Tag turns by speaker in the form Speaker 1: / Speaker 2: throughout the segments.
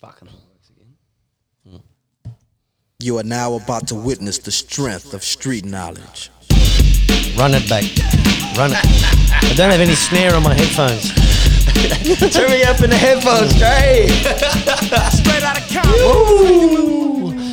Speaker 1: Fucking works again.
Speaker 2: You are now about to witness the strength of street knowledge.
Speaker 3: Run it back. Run it. I don't have any snare on my headphones. Turn me up in the headphones, straight. Woo.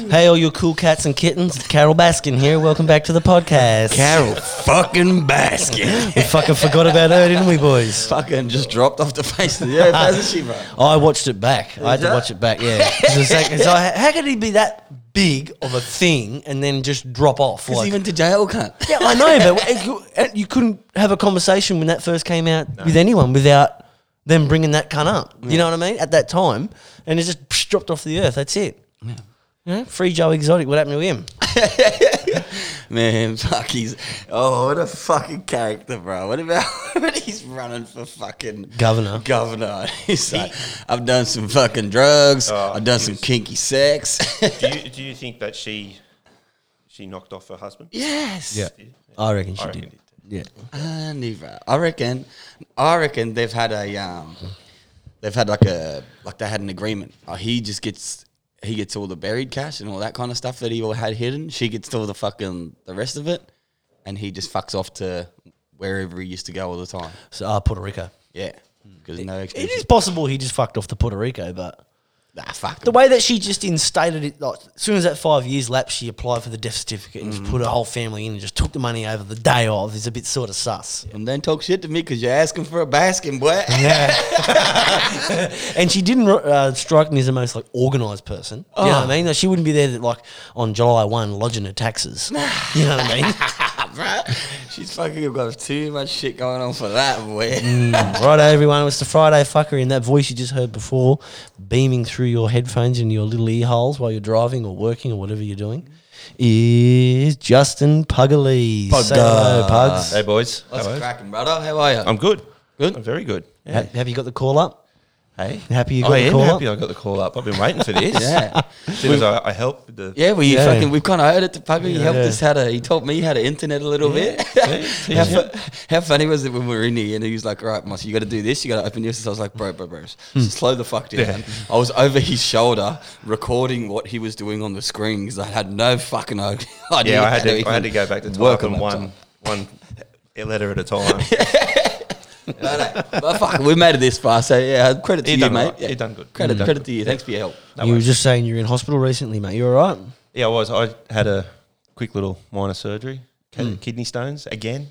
Speaker 3: Hey, all you cool cats and kittens. Carol Baskin here. Welcome back to the podcast.
Speaker 1: Carol fucking Baskin.
Speaker 3: We fucking forgot about her, didn't we, boys? Oh,
Speaker 1: fucking just dropped off the face of the earth, hasn't she, bro?
Speaker 3: I watched it back. I had to
Speaker 1: ya?
Speaker 3: watch it back, yeah. 'Cause it's like- it's like, how could he be that big of a thing and then just drop off?
Speaker 1: Because
Speaker 3: like-
Speaker 1: he went to jail, cunt.
Speaker 3: Yeah, I know, but it- you- it- you couldn't have a conversation when that first came out with anyone without them bringing that cunt up. You know what I mean? At that time, and it just psh, dropped off the earth. That's it. You know, free Joe Exotic. What happened to him?
Speaker 1: Man, fuck, he's. Oh, what a fucking character, bro. What about when he's running for fucking.
Speaker 3: Governor.
Speaker 1: Governor. He's like, I've done some fucking drugs.
Speaker 4: Oh,
Speaker 1: I've done
Speaker 4: he
Speaker 1: some
Speaker 4: was-
Speaker 1: kinky sex.
Speaker 4: do you do you think that she she knocked off her husband?
Speaker 1: yes.
Speaker 3: I reckon she
Speaker 4: I reckon
Speaker 3: did.
Speaker 4: it did.
Speaker 3: Yeah,
Speaker 1: Uh, neither. I reckon. I reckon they've had a um, they've had like a like they had an agreement. Uh, he just gets he gets all the buried cash and all that kind of stuff that he all had hidden. She gets all the fucking the rest of it, and he just fucks off to wherever he used to go all the time.
Speaker 3: so uh, Puerto Rico.
Speaker 1: Yeah, because no
Speaker 3: It
Speaker 1: extension.
Speaker 3: is possible he just fucked off to Puerto Rico, but
Speaker 1: Ah, fuck.
Speaker 3: the way that she just instated it, like, as soon as that five years lapsed, she applied for the death certificate and just put her whole family in and just took the money over the day of is a bit sort of sus.
Speaker 1: and then talk shit to me because you're asking for a basket, boy.
Speaker 3: And she didn't uh, strike me as the most like organised person. You know
Speaker 4: Oh.
Speaker 3: what I mean? Like, she wouldn't be there like on July one lodging her taxes. you know what I mean?
Speaker 1: Bruh, She's fucking got too much shit going on for that, boy.
Speaker 3: Mm. Righto, everyone. It was the Friday fuckery, and that voice you just heard before, beaming through your headphones and your little ear holes while you're driving or working or whatever you're doing, is Justin Puggley. Say hello, Pugs.
Speaker 4: Hey boys,
Speaker 1: What's
Speaker 4: Hello.
Speaker 1: cracking, brother? How are you?
Speaker 4: I'm good.
Speaker 1: Good?
Speaker 4: I'm very good.
Speaker 3: Ha- have you got the call up?
Speaker 4: Hey,
Speaker 3: Happy you got
Speaker 4: I
Speaker 3: the
Speaker 4: am
Speaker 3: call up?
Speaker 4: Oh, happy I got the call up. I've been waiting for this.
Speaker 1: Yeah.
Speaker 4: as soon as I, I helped with the
Speaker 1: Yeah, we
Speaker 3: Yeah.
Speaker 1: fucking we've kind of heard it. The pugger, he helped
Speaker 3: Yeah.
Speaker 1: us how to. He taught me how to internet a little bit. how,
Speaker 4: Yeah.
Speaker 1: fu- how funny was it when we were in here and he was like, "All right, Moss, you got to do this. You got to open this." I was like, "Bro, bro, bro, s-
Speaker 4: Hmm.
Speaker 1: slow the fuck down." I was over his shoulder recording what he was doing on the screen because I had no fucking o- idea.
Speaker 4: Yeah, I had
Speaker 1: how
Speaker 4: to I had
Speaker 1: even
Speaker 4: to go back to type
Speaker 1: work
Speaker 4: and
Speaker 1: on
Speaker 4: one one e letter at a time.
Speaker 1: laptop. No, no, but fuck, we made it this far, so yeah, credit to
Speaker 4: You
Speaker 1: you,
Speaker 4: done
Speaker 1: mate.
Speaker 4: right.
Speaker 1: Yeah.
Speaker 4: You done good.
Speaker 1: Credit,
Speaker 4: You done
Speaker 1: credit
Speaker 4: good.
Speaker 1: to you. Thanks for your help.
Speaker 4: No
Speaker 3: you were
Speaker 4: worries.
Speaker 3: just saying you're in hospital recently, mate. You all right?
Speaker 4: Yeah, I was. I had a quick little minor surgery, Kid- kidney stones again.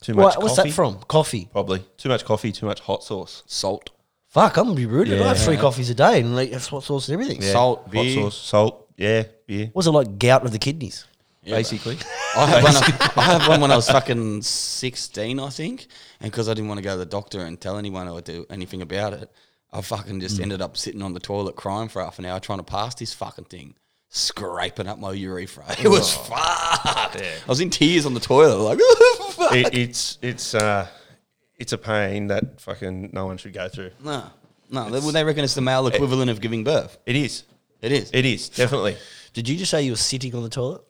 Speaker 4: Too much.
Speaker 3: What, what's
Speaker 4: coffee.
Speaker 3: that from? Coffee.
Speaker 4: Probably too much coffee, too much hot sauce.
Speaker 1: Salt,
Speaker 3: Fuck, I'm gonna be rude. I have
Speaker 4: Yeah.
Speaker 3: three coffees a day and like hot sauce and everything.
Speaker 4: Yeah,
Speaker 1: Salt,
Speaker 4: hot
Speaker 1: beer.
Speaker 4: sauce, salt. Yeah, beer.
Speaker 3: Was it like gout of the kidneys?
Speaker 4: basically.
Speaker 1: I had, one, I had one when I was fucking 16, I think. And because I didn't want to go to the doctor and tell anyone or do anything about it, I fucking
Speaker 4: Mm.
Speaker 1: just ended up sitting on the toilet crying for half an hour trying to pass this fucking thing, scraping up my urethra. It was fucked. I was in tears on the toilet, like, fuck.
Speaker 4: it, it's it's uh, it's a pain that fucking no one should go through.
Speaker 1: No, no, they, well, they reckon it's the male equivalent of giving birth.
Speaker 4: It is.
Speaker 1: It is.
Speaker 4: It is definitely.
Speaker 3: Did you just say you were sitting on the toilet?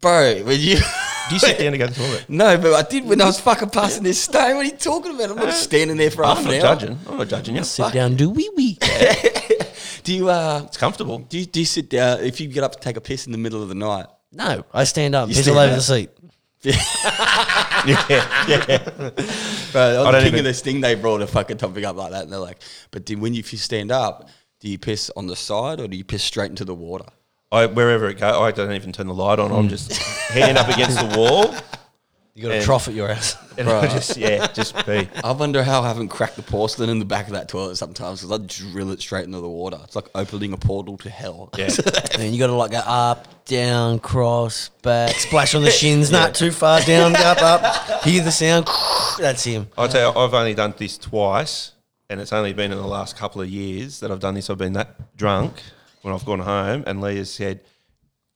Speaker 1: Bro, when you.
Speaker 4: Do you sit down to go to the toilet?
Speaker 1: No, but I did when I was fucking passing this stone. What are you talking about? I'm not standing there for half
Speaker 4: I'm
Speaker 1: an
Speaker 4: not
Speaker 1: hour.
Speaker 4: judging. I'm not judging you.
Speaker 3: Sit down, do wee wee.
Speaker 1: Do you uh
Speaker 4: It's comfortable.
Speaker 1: Do you, do you sit down if you get up to take a piss in the middle of the night?
Speaker 3: No, I stand up, piss
Speaker 1: stand
Speaker 3: all over
Speaker 1: up?
Speaker 3: the seat.
Speaker 1: Bro,
Speaker 4: I
Speaker 1: I was
Speaker 4: don't
Speaker 1: the king
Speaker 4: even-
Speaker 1: of this thing. They brought a fucking topic up like that, and they're like, "But do, when you, if you stand up, do you piss on the side or do you piss straight into the water?"
Speaker 4: I wherever it goes, I don't even turn the light on.
Speaker 1: Mm.
Speaker 4: I'm just hand up against the wall,
Speaker 3: You got a
Speaker 4: And-
Speaker 3: trough at your ass.
Speaker 4: and I just yeah, just be.
Speaker 1: I wonder how I haven't cracked the porcelain in the back of that toilet sometimes because I drill it straight into the water. It's like opening a portal to hell.
Speaker 4: Yeah.
Speaker 3: and you got to like go up, down, cross, back, splash on the shins, not too far down, up, up. Hear the sound. That's him.
Speaker 4: I tell you, I've only done this twice, and it's only been in the last couple of years that I've done this. I've been that drunk when I've gone home, and Leah said,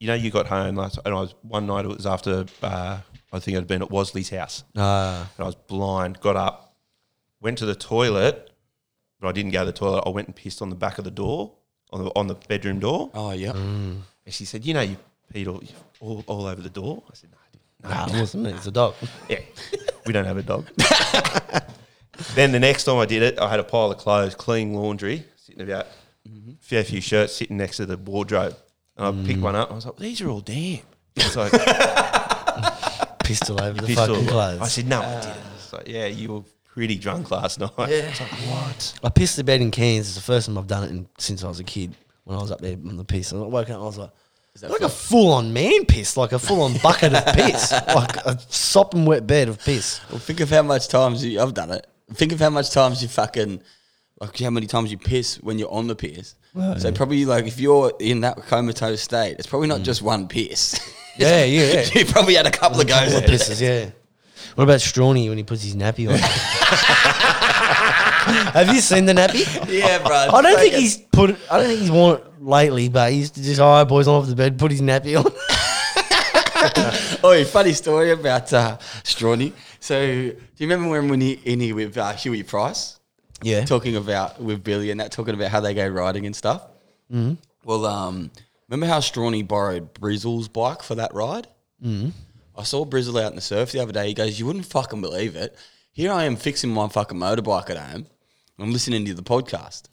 Speaker 4: "You know, you got home last." And I was one night. It was after uh, I think I'd been at Wasley's house,
Speaker 3: Ah.
Speaker 4: and I was blind. Got up, went to the toilet, but I didn't go to the toilet. I went and pissed on the back of the door, on the on the bedroom door.
Speaker 1: Oh yeah.
Speaker 4: And she said, "You know, you peed all all, all over the door." I said, "No, I didn't."
Speaker 3: Nah, it wasn't me. It's a dog.
Speaker 4: Yeah, we don't have a dog. then the next time I did it, I had a pile of clothes, clean laundry, sitting about fair few shirts sitting next to the wardrobe. And I picked one up and I was like, these are all damn. It's like,
Speaker 3: Pistol over the
Speaker 4: pistol.
Speaker 3: fucking clothes.
Speaker 4: I said, no, I didn't. It's like, yeah, you were pretty drunk last night. It's like, what?
Speaker 3: I pissed the bed in Cairns. It's the first time I've done it in, since I was a kid. When I was up there on the piss, and I woke up and I was like,
Speaker 1: that
Speaker 3: like a full on man piss, like a full on bucket of piss, like a sopping wet bed of piss.
Speaker 1: Well, think of how much times you, I've done it. Think of how much times you fucking, like how many times you piss when you're on the piss. so probably like if you're in that comatose state, it's probably not just one piss.
Speaker 3: Yeah, yeah, yeah.
Speaker 1: you probably had a couple of goes
Speaker 3: Couple
Speaker 1: at
Speaker 3: of
Speaker 1: it.
Speaker 3: pisses, yeah. What about Strawny when he puts his nappy on? Have you seen the nappy?
Speaker 1: Yeah, bro.
Speaker 3: I don't think he's put. it- I don't think he's worn it lately, but he used to just, oh, boys, I'm off the bed, put his nappy on.
Speaker 1: Oh, funny story about uh, Strawny. So, do you remember when we were in here with uh, Huey Price?
Speaker 3: Yeah.
Speaker 1: Talking about with Billy and that, talking about how they go riding and stuff. Mm-hmm. Well, um, remember how Strawny borrowed Brizzle's bike for that ride? Mm-hmm. I saw Brizzle out in the surf the other day. He goes, "You wouldn't fucking believe it. Here I am fixing my fucking motorbike at home. I'm listening to the podcast,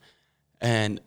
Speaker 1: and."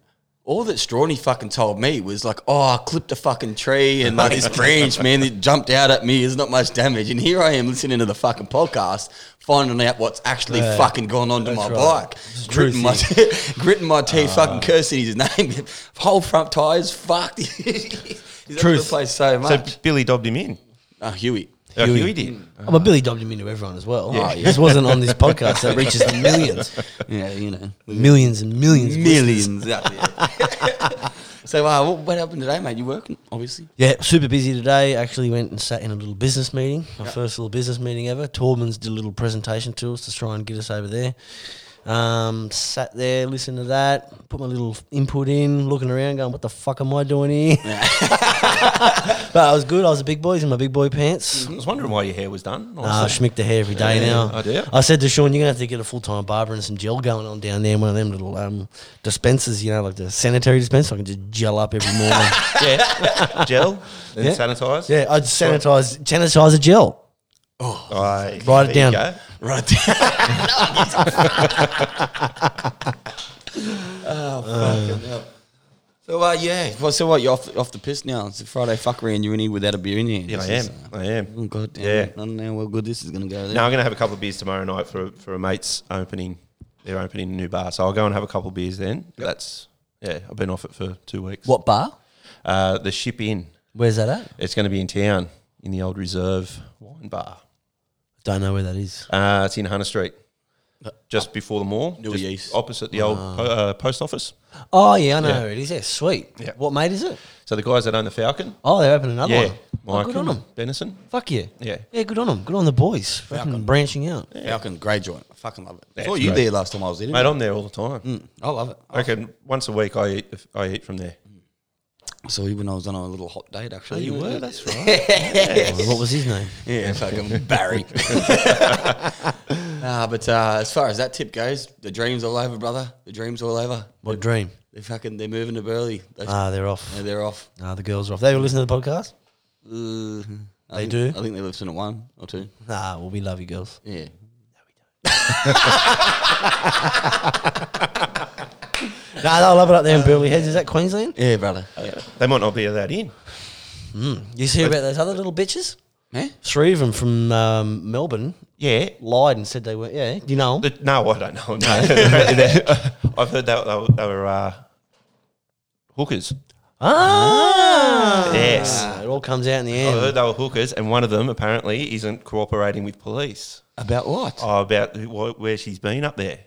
Speaker 1: All that Strawny fucking told me was like, oh, I clipped a fucking tree and like this branch, man, it jumped out at me. There's not much damage. And here I am listening to the fucking podcast, finding out what's actually
Speaker 3: Yeah.
Speaker 1: fucking gone on to my
Speaker 3: That's right.
Speaker 1: bike.
Speaker 3: It's a true
Speaker 1: Gritting my, gritting my teeth, fucking cursing his name. Whole front tyres fucked. He's
Speaker 3: Truth.
Speaker 1: Truth. place so much.
Speaker 4: So Billy dobbed him in.
Speaker 1: oh, Huey.
Speaker 4: Oh,
Speaker 3: Huey.
Speaker 4: Huey did.
Speaker 3: Oh, but Billy dobbed him into everyone as well.
Speaker 1: Yeah.
Speaker 3: Oh, This wasn't on this podcast that reaches the millions,
Speaker 1: Yeah, you know.
Speaker 3: millions and millions, of listeners.
Speaker 1: Millions out there. so, uh, what, what happened today, mate? You working, obviously.
Speaker 3: Yeah, super busy today. Actually went and sat in a little business meeting, my first little business meeting ever. Torben's did a little presentation to us to try and get us over there. Um, sat there, listened to that, put my little input in, looking around, going, "What the fuck am I doing here?" but I was good. I was a big boy. I was in my big boy pants.
Speaker 4: I was wondering why your hair was done. I was
Speaker 3: Ah, I
Speaker 4: like,
Speaker 3: schmick the hair every day
Speaker 4: Yeah,
Speaker 3: now.
Speaker 4: I do.
Speaker 3: I said to Sean, you're gonna have to get a full time barber and some gel going on down there in one of them little um, dispensers, you know, like the sanitary dispenser. I can just gel up every morning.
Speaker 4: yeah. Gel and
Speaker 3: Yeah.
Speaker 4: sanitize.
Speaker 3: yeah, I'd sanitize sanitize a gel.
Speaker 4: Aye,
Speaker 3: Write it
Speaker 4: there
Speaker 3: down.
Speaker 4: you go.
Speaker 1: Right. oh, fucking hell. So, uh, yeah. Well, so what? You're off, off the piss now. It's a Friday fuckery and you're in here without a beer in you.
Speaker 4: Yeah, I
Speaker 1: This
Speaker 4: am.
Speaker 1: is, uh,
Speaker 4: I am.
Speaker 1: Oh, God damn
Speaker 4: Yeah.
Speaker 1: it. I don't know how good this is going to go.
Speaker 4: No, I'm going to have a couple of beers tomorrow night for for a mate's opening. They're opening a new bar, so I'll go and have a couple of beers then. That's yeah. I've been off it for two weeks.
Speaker 3: What bar?
Speaker 4: Uh, the ship in.
Speaker 3: Where's that at?
Speaker 4: It's going to be in town in the old Reserve Wine Bar.
Speaker 3: Don't know where that is.
Speaker 4: Uh, it's in Hunter Street,
Speaker 3: Uh,
Speaker 4: just before the mall,
Speaker 1: New
Speaker 4: just
Speaker 1: East.
Speaker 4: opposite the old po-
Speaker 3: Ah.
Speaker 4: uh, post office.
Speaker 3: Oh yeah, I know where it is. Yeah, sweet.
Speaker 4: Yeah.
Speaker 3: What mate is it?
Speaker 4: So the guys that own the Falcon,
Speaker 3: Oh, they opened another
Speaker 4: yeah,
Speaker 3: one. Oh, good on them.
Speaker 4: Benison.
Speaker 3: Fuck yeah.
Speaker 4: Yeah.
Speaker 3: Yeah, good on them. Good on the boys. Fucking branching out.
Speaker 1: Falcon, great joint. I fucking love it. I saw
Speaker 4: it's
Speaker 1: you
Speaker 4: great.
Speaker 1: there last time I was in it.
Speaker 4: Mate, I'm there all the time.
Speaker 3: Mm.
Speaker 1: I love it.
Speaker 4: I reckon once a week I eat, I eat from there.
Speaker 1: I saw you when I was on a little hot date,
Speaker 4: Oh,
Speaker 1: actually.
Speaker 4: that's right.
Speaker 3: Well, what was his name?
Speaker 1: Yeah, fucking Barry. nah, but uh, as far as that tip goes, the dream's all over, brother. The dream's all over.
Speaker 3: What dream?
Speaker 1: They're fucking, they're moving to Burley. Those-
Speaker 3: Ah, they're off.
Speaker 1: yeah, they're off.
Speaker 3: Ah, the girls are off. They were listening to the podcast.
Speaker 1: Uh, I
Speaker 3: They
Speaker 1: think-
Speaker 3: do?
Speaker 1: I think they listen to one or two.
Speaker 3: Nah, well, we love you girls.
Speaker 1: Yeah.
Speaker 3: Nah, they'll love it up there in Burley Heads. Is that Queensland?
Speaker 1: Yeah, brother.
Speaker 4: they might not be allowed in.
Speaker 3: You see about those other little bitches?
Speaker 1: Eh?
Speaker 3: Three of them from um, Melbourne
Speaker 4: Yeah.
Speaker 3: lied and said they were. Yeah, do you know 'em?
Speaker 4: The- no, I don't know. No. I've heard that they were, they were uh, hookers.
Speaker 3: Ah,
Speaker 4: Yes.
Speaker 3: it all comes out in the
Speaker 4: I
Speaker 3: end.
Speaker 4: heard they were hookers, and one of them apparently isn't cooperating with police
Speaker 1: About what?
Speaker 4: oh, about who, wh- where she's been up there.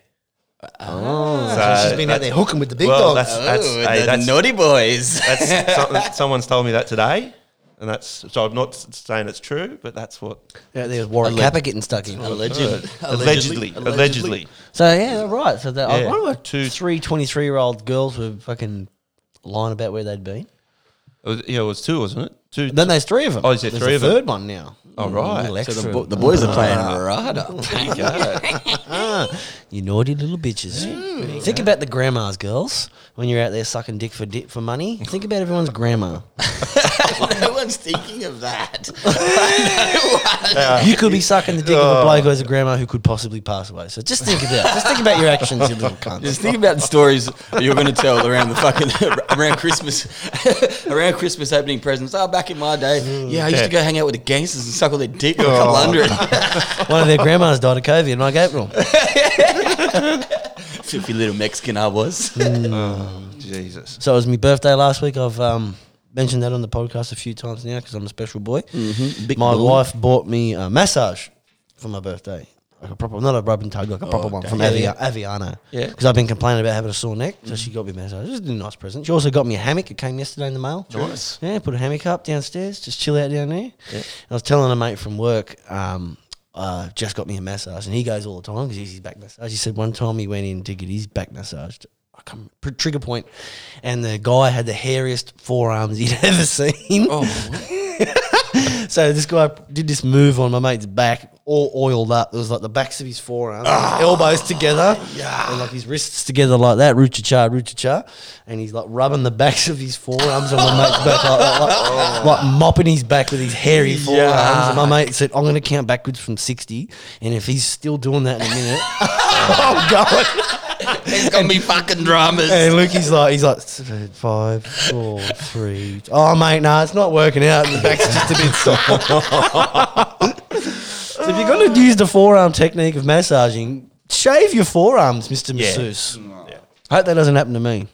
Speaker 3: Oh,
Speaker 4: So
Speaker 3: she's been
Speaker 4: that-
Speaker 3: out there hooking with the big
Speaker 4: well,
Speaker 3: dogs.
Speaker 4: that's, that's,
Speaker 1: oh,
Speaker 4: hey,
Speaker 1: the
Speaker 4: that's,
Speaker 1: naughty boys.
Speaker 4: that's something, someone's told me that today, and that's so I'm not s- saying it's true, but that's what
Speaker 3: Yeah, there's Warwick
Speaker 1: Alleg-
Speaker 3: Kappa getting stuck in.
Speaker 1: Alleged-
Speaker 4: allegedly, allegedly.
Speaker 3: So yeah, they're right. So that I
Speaker 4: Yeah.
Speaker 3: wonder if two,
Speaker 4: Two-
Speaker 3: three 23 year old girls were fucking lying about where they'd been.
Speaker 4: It was, yeah, it was two, wasn't it? two.
Speaker 3: Then there's three of them.
Speaker 4: Oh, is there
Speaker 3: There's
Speaker 4: three
Speaker 3: a
Speaker 4: of 'em?
Speaker 3: third one now.
Speaker 4: All right.
Speaker 3: Little
Speaker 1: So the,
Speaker 3: extra.
Speaker 1: bo- the boys are playing Murata.
Speaker 3: You naughty little bitches. Think about the grandmas, girls, when you're out there sucking dick for dick for money. Think about everyone's grandma.
Speaker 1: no one's thinking of that.
Speaker 3: You could be sucking the dick of a bloke who has a grandma who could possibly pass away. So just think about, just think about your actions, you little cunt.
Speaker 1: Just think about the stories you're going to tell around the fucking around Christmas, around Christmas opening presents. Oh, back in my day, yeah, I used to go hang out with the gangsters and suck all their dick with a couple hundred
Speaker 3: One of their grandmas died of COVID, and I gave it all.
Speaker 1: filthy little Mexican I was.
Speaker 4: Jesus.
Speaker 3: So it was my birthday last week. I've um, mentioned that on the podcast a few times now because I'm a special boy.
Speaker 1: Mm-hmm. Big
Speaker 3: my
Speaker 1: boy.
Speaker 3: wife bought me a massage for my birthday. Like a proper, not a rub and tug, like a proper one from Avi- Aviano.
Speaker 1: Oh, Yeah. Mm-hmm.
Speaker 3: Because I've been complaining about having a sore neck, so she got me a massage. It was a nice present. She also got me a hammock. It came yesterday in the mail.
Speaker 1: Nice.
Speaker 3: Yeah, put a hammock up downstairs, just chill out down there. I was telling a mate from work, um, uh, just got me a massage, and he goes all the time because he's his back massage. He said one time he went in to get his back massaged. I come trigger point, and the guy had the hairiest forearms he'd ever seen. So this guy did this move on my mate's back, all oiled up. It was like the backs of his forearms, his elbows together, and like his wrists together like that, root cha root cha, and he's like rubbing the backs of his forearms on my mate's back, like, like, like- like mopping his back with his hairy forearms. And my mate said, "I'm going to count backwards from 60, and if he's still doing that in a minute, I'm going."
Speaker 1: There's gonna be fucking dramas.
Speaker 3: And Lukey's like, he's like, "S- five, four, three. Oh, mate, nah, it's not working out. The back's just a bit soft. so if you're going to use the forearm technique of massaging, shave your forearms, Mr.
Speaker 4: Yeah.
Speaker 3: Masseuse. I hope that doesn't happen to me.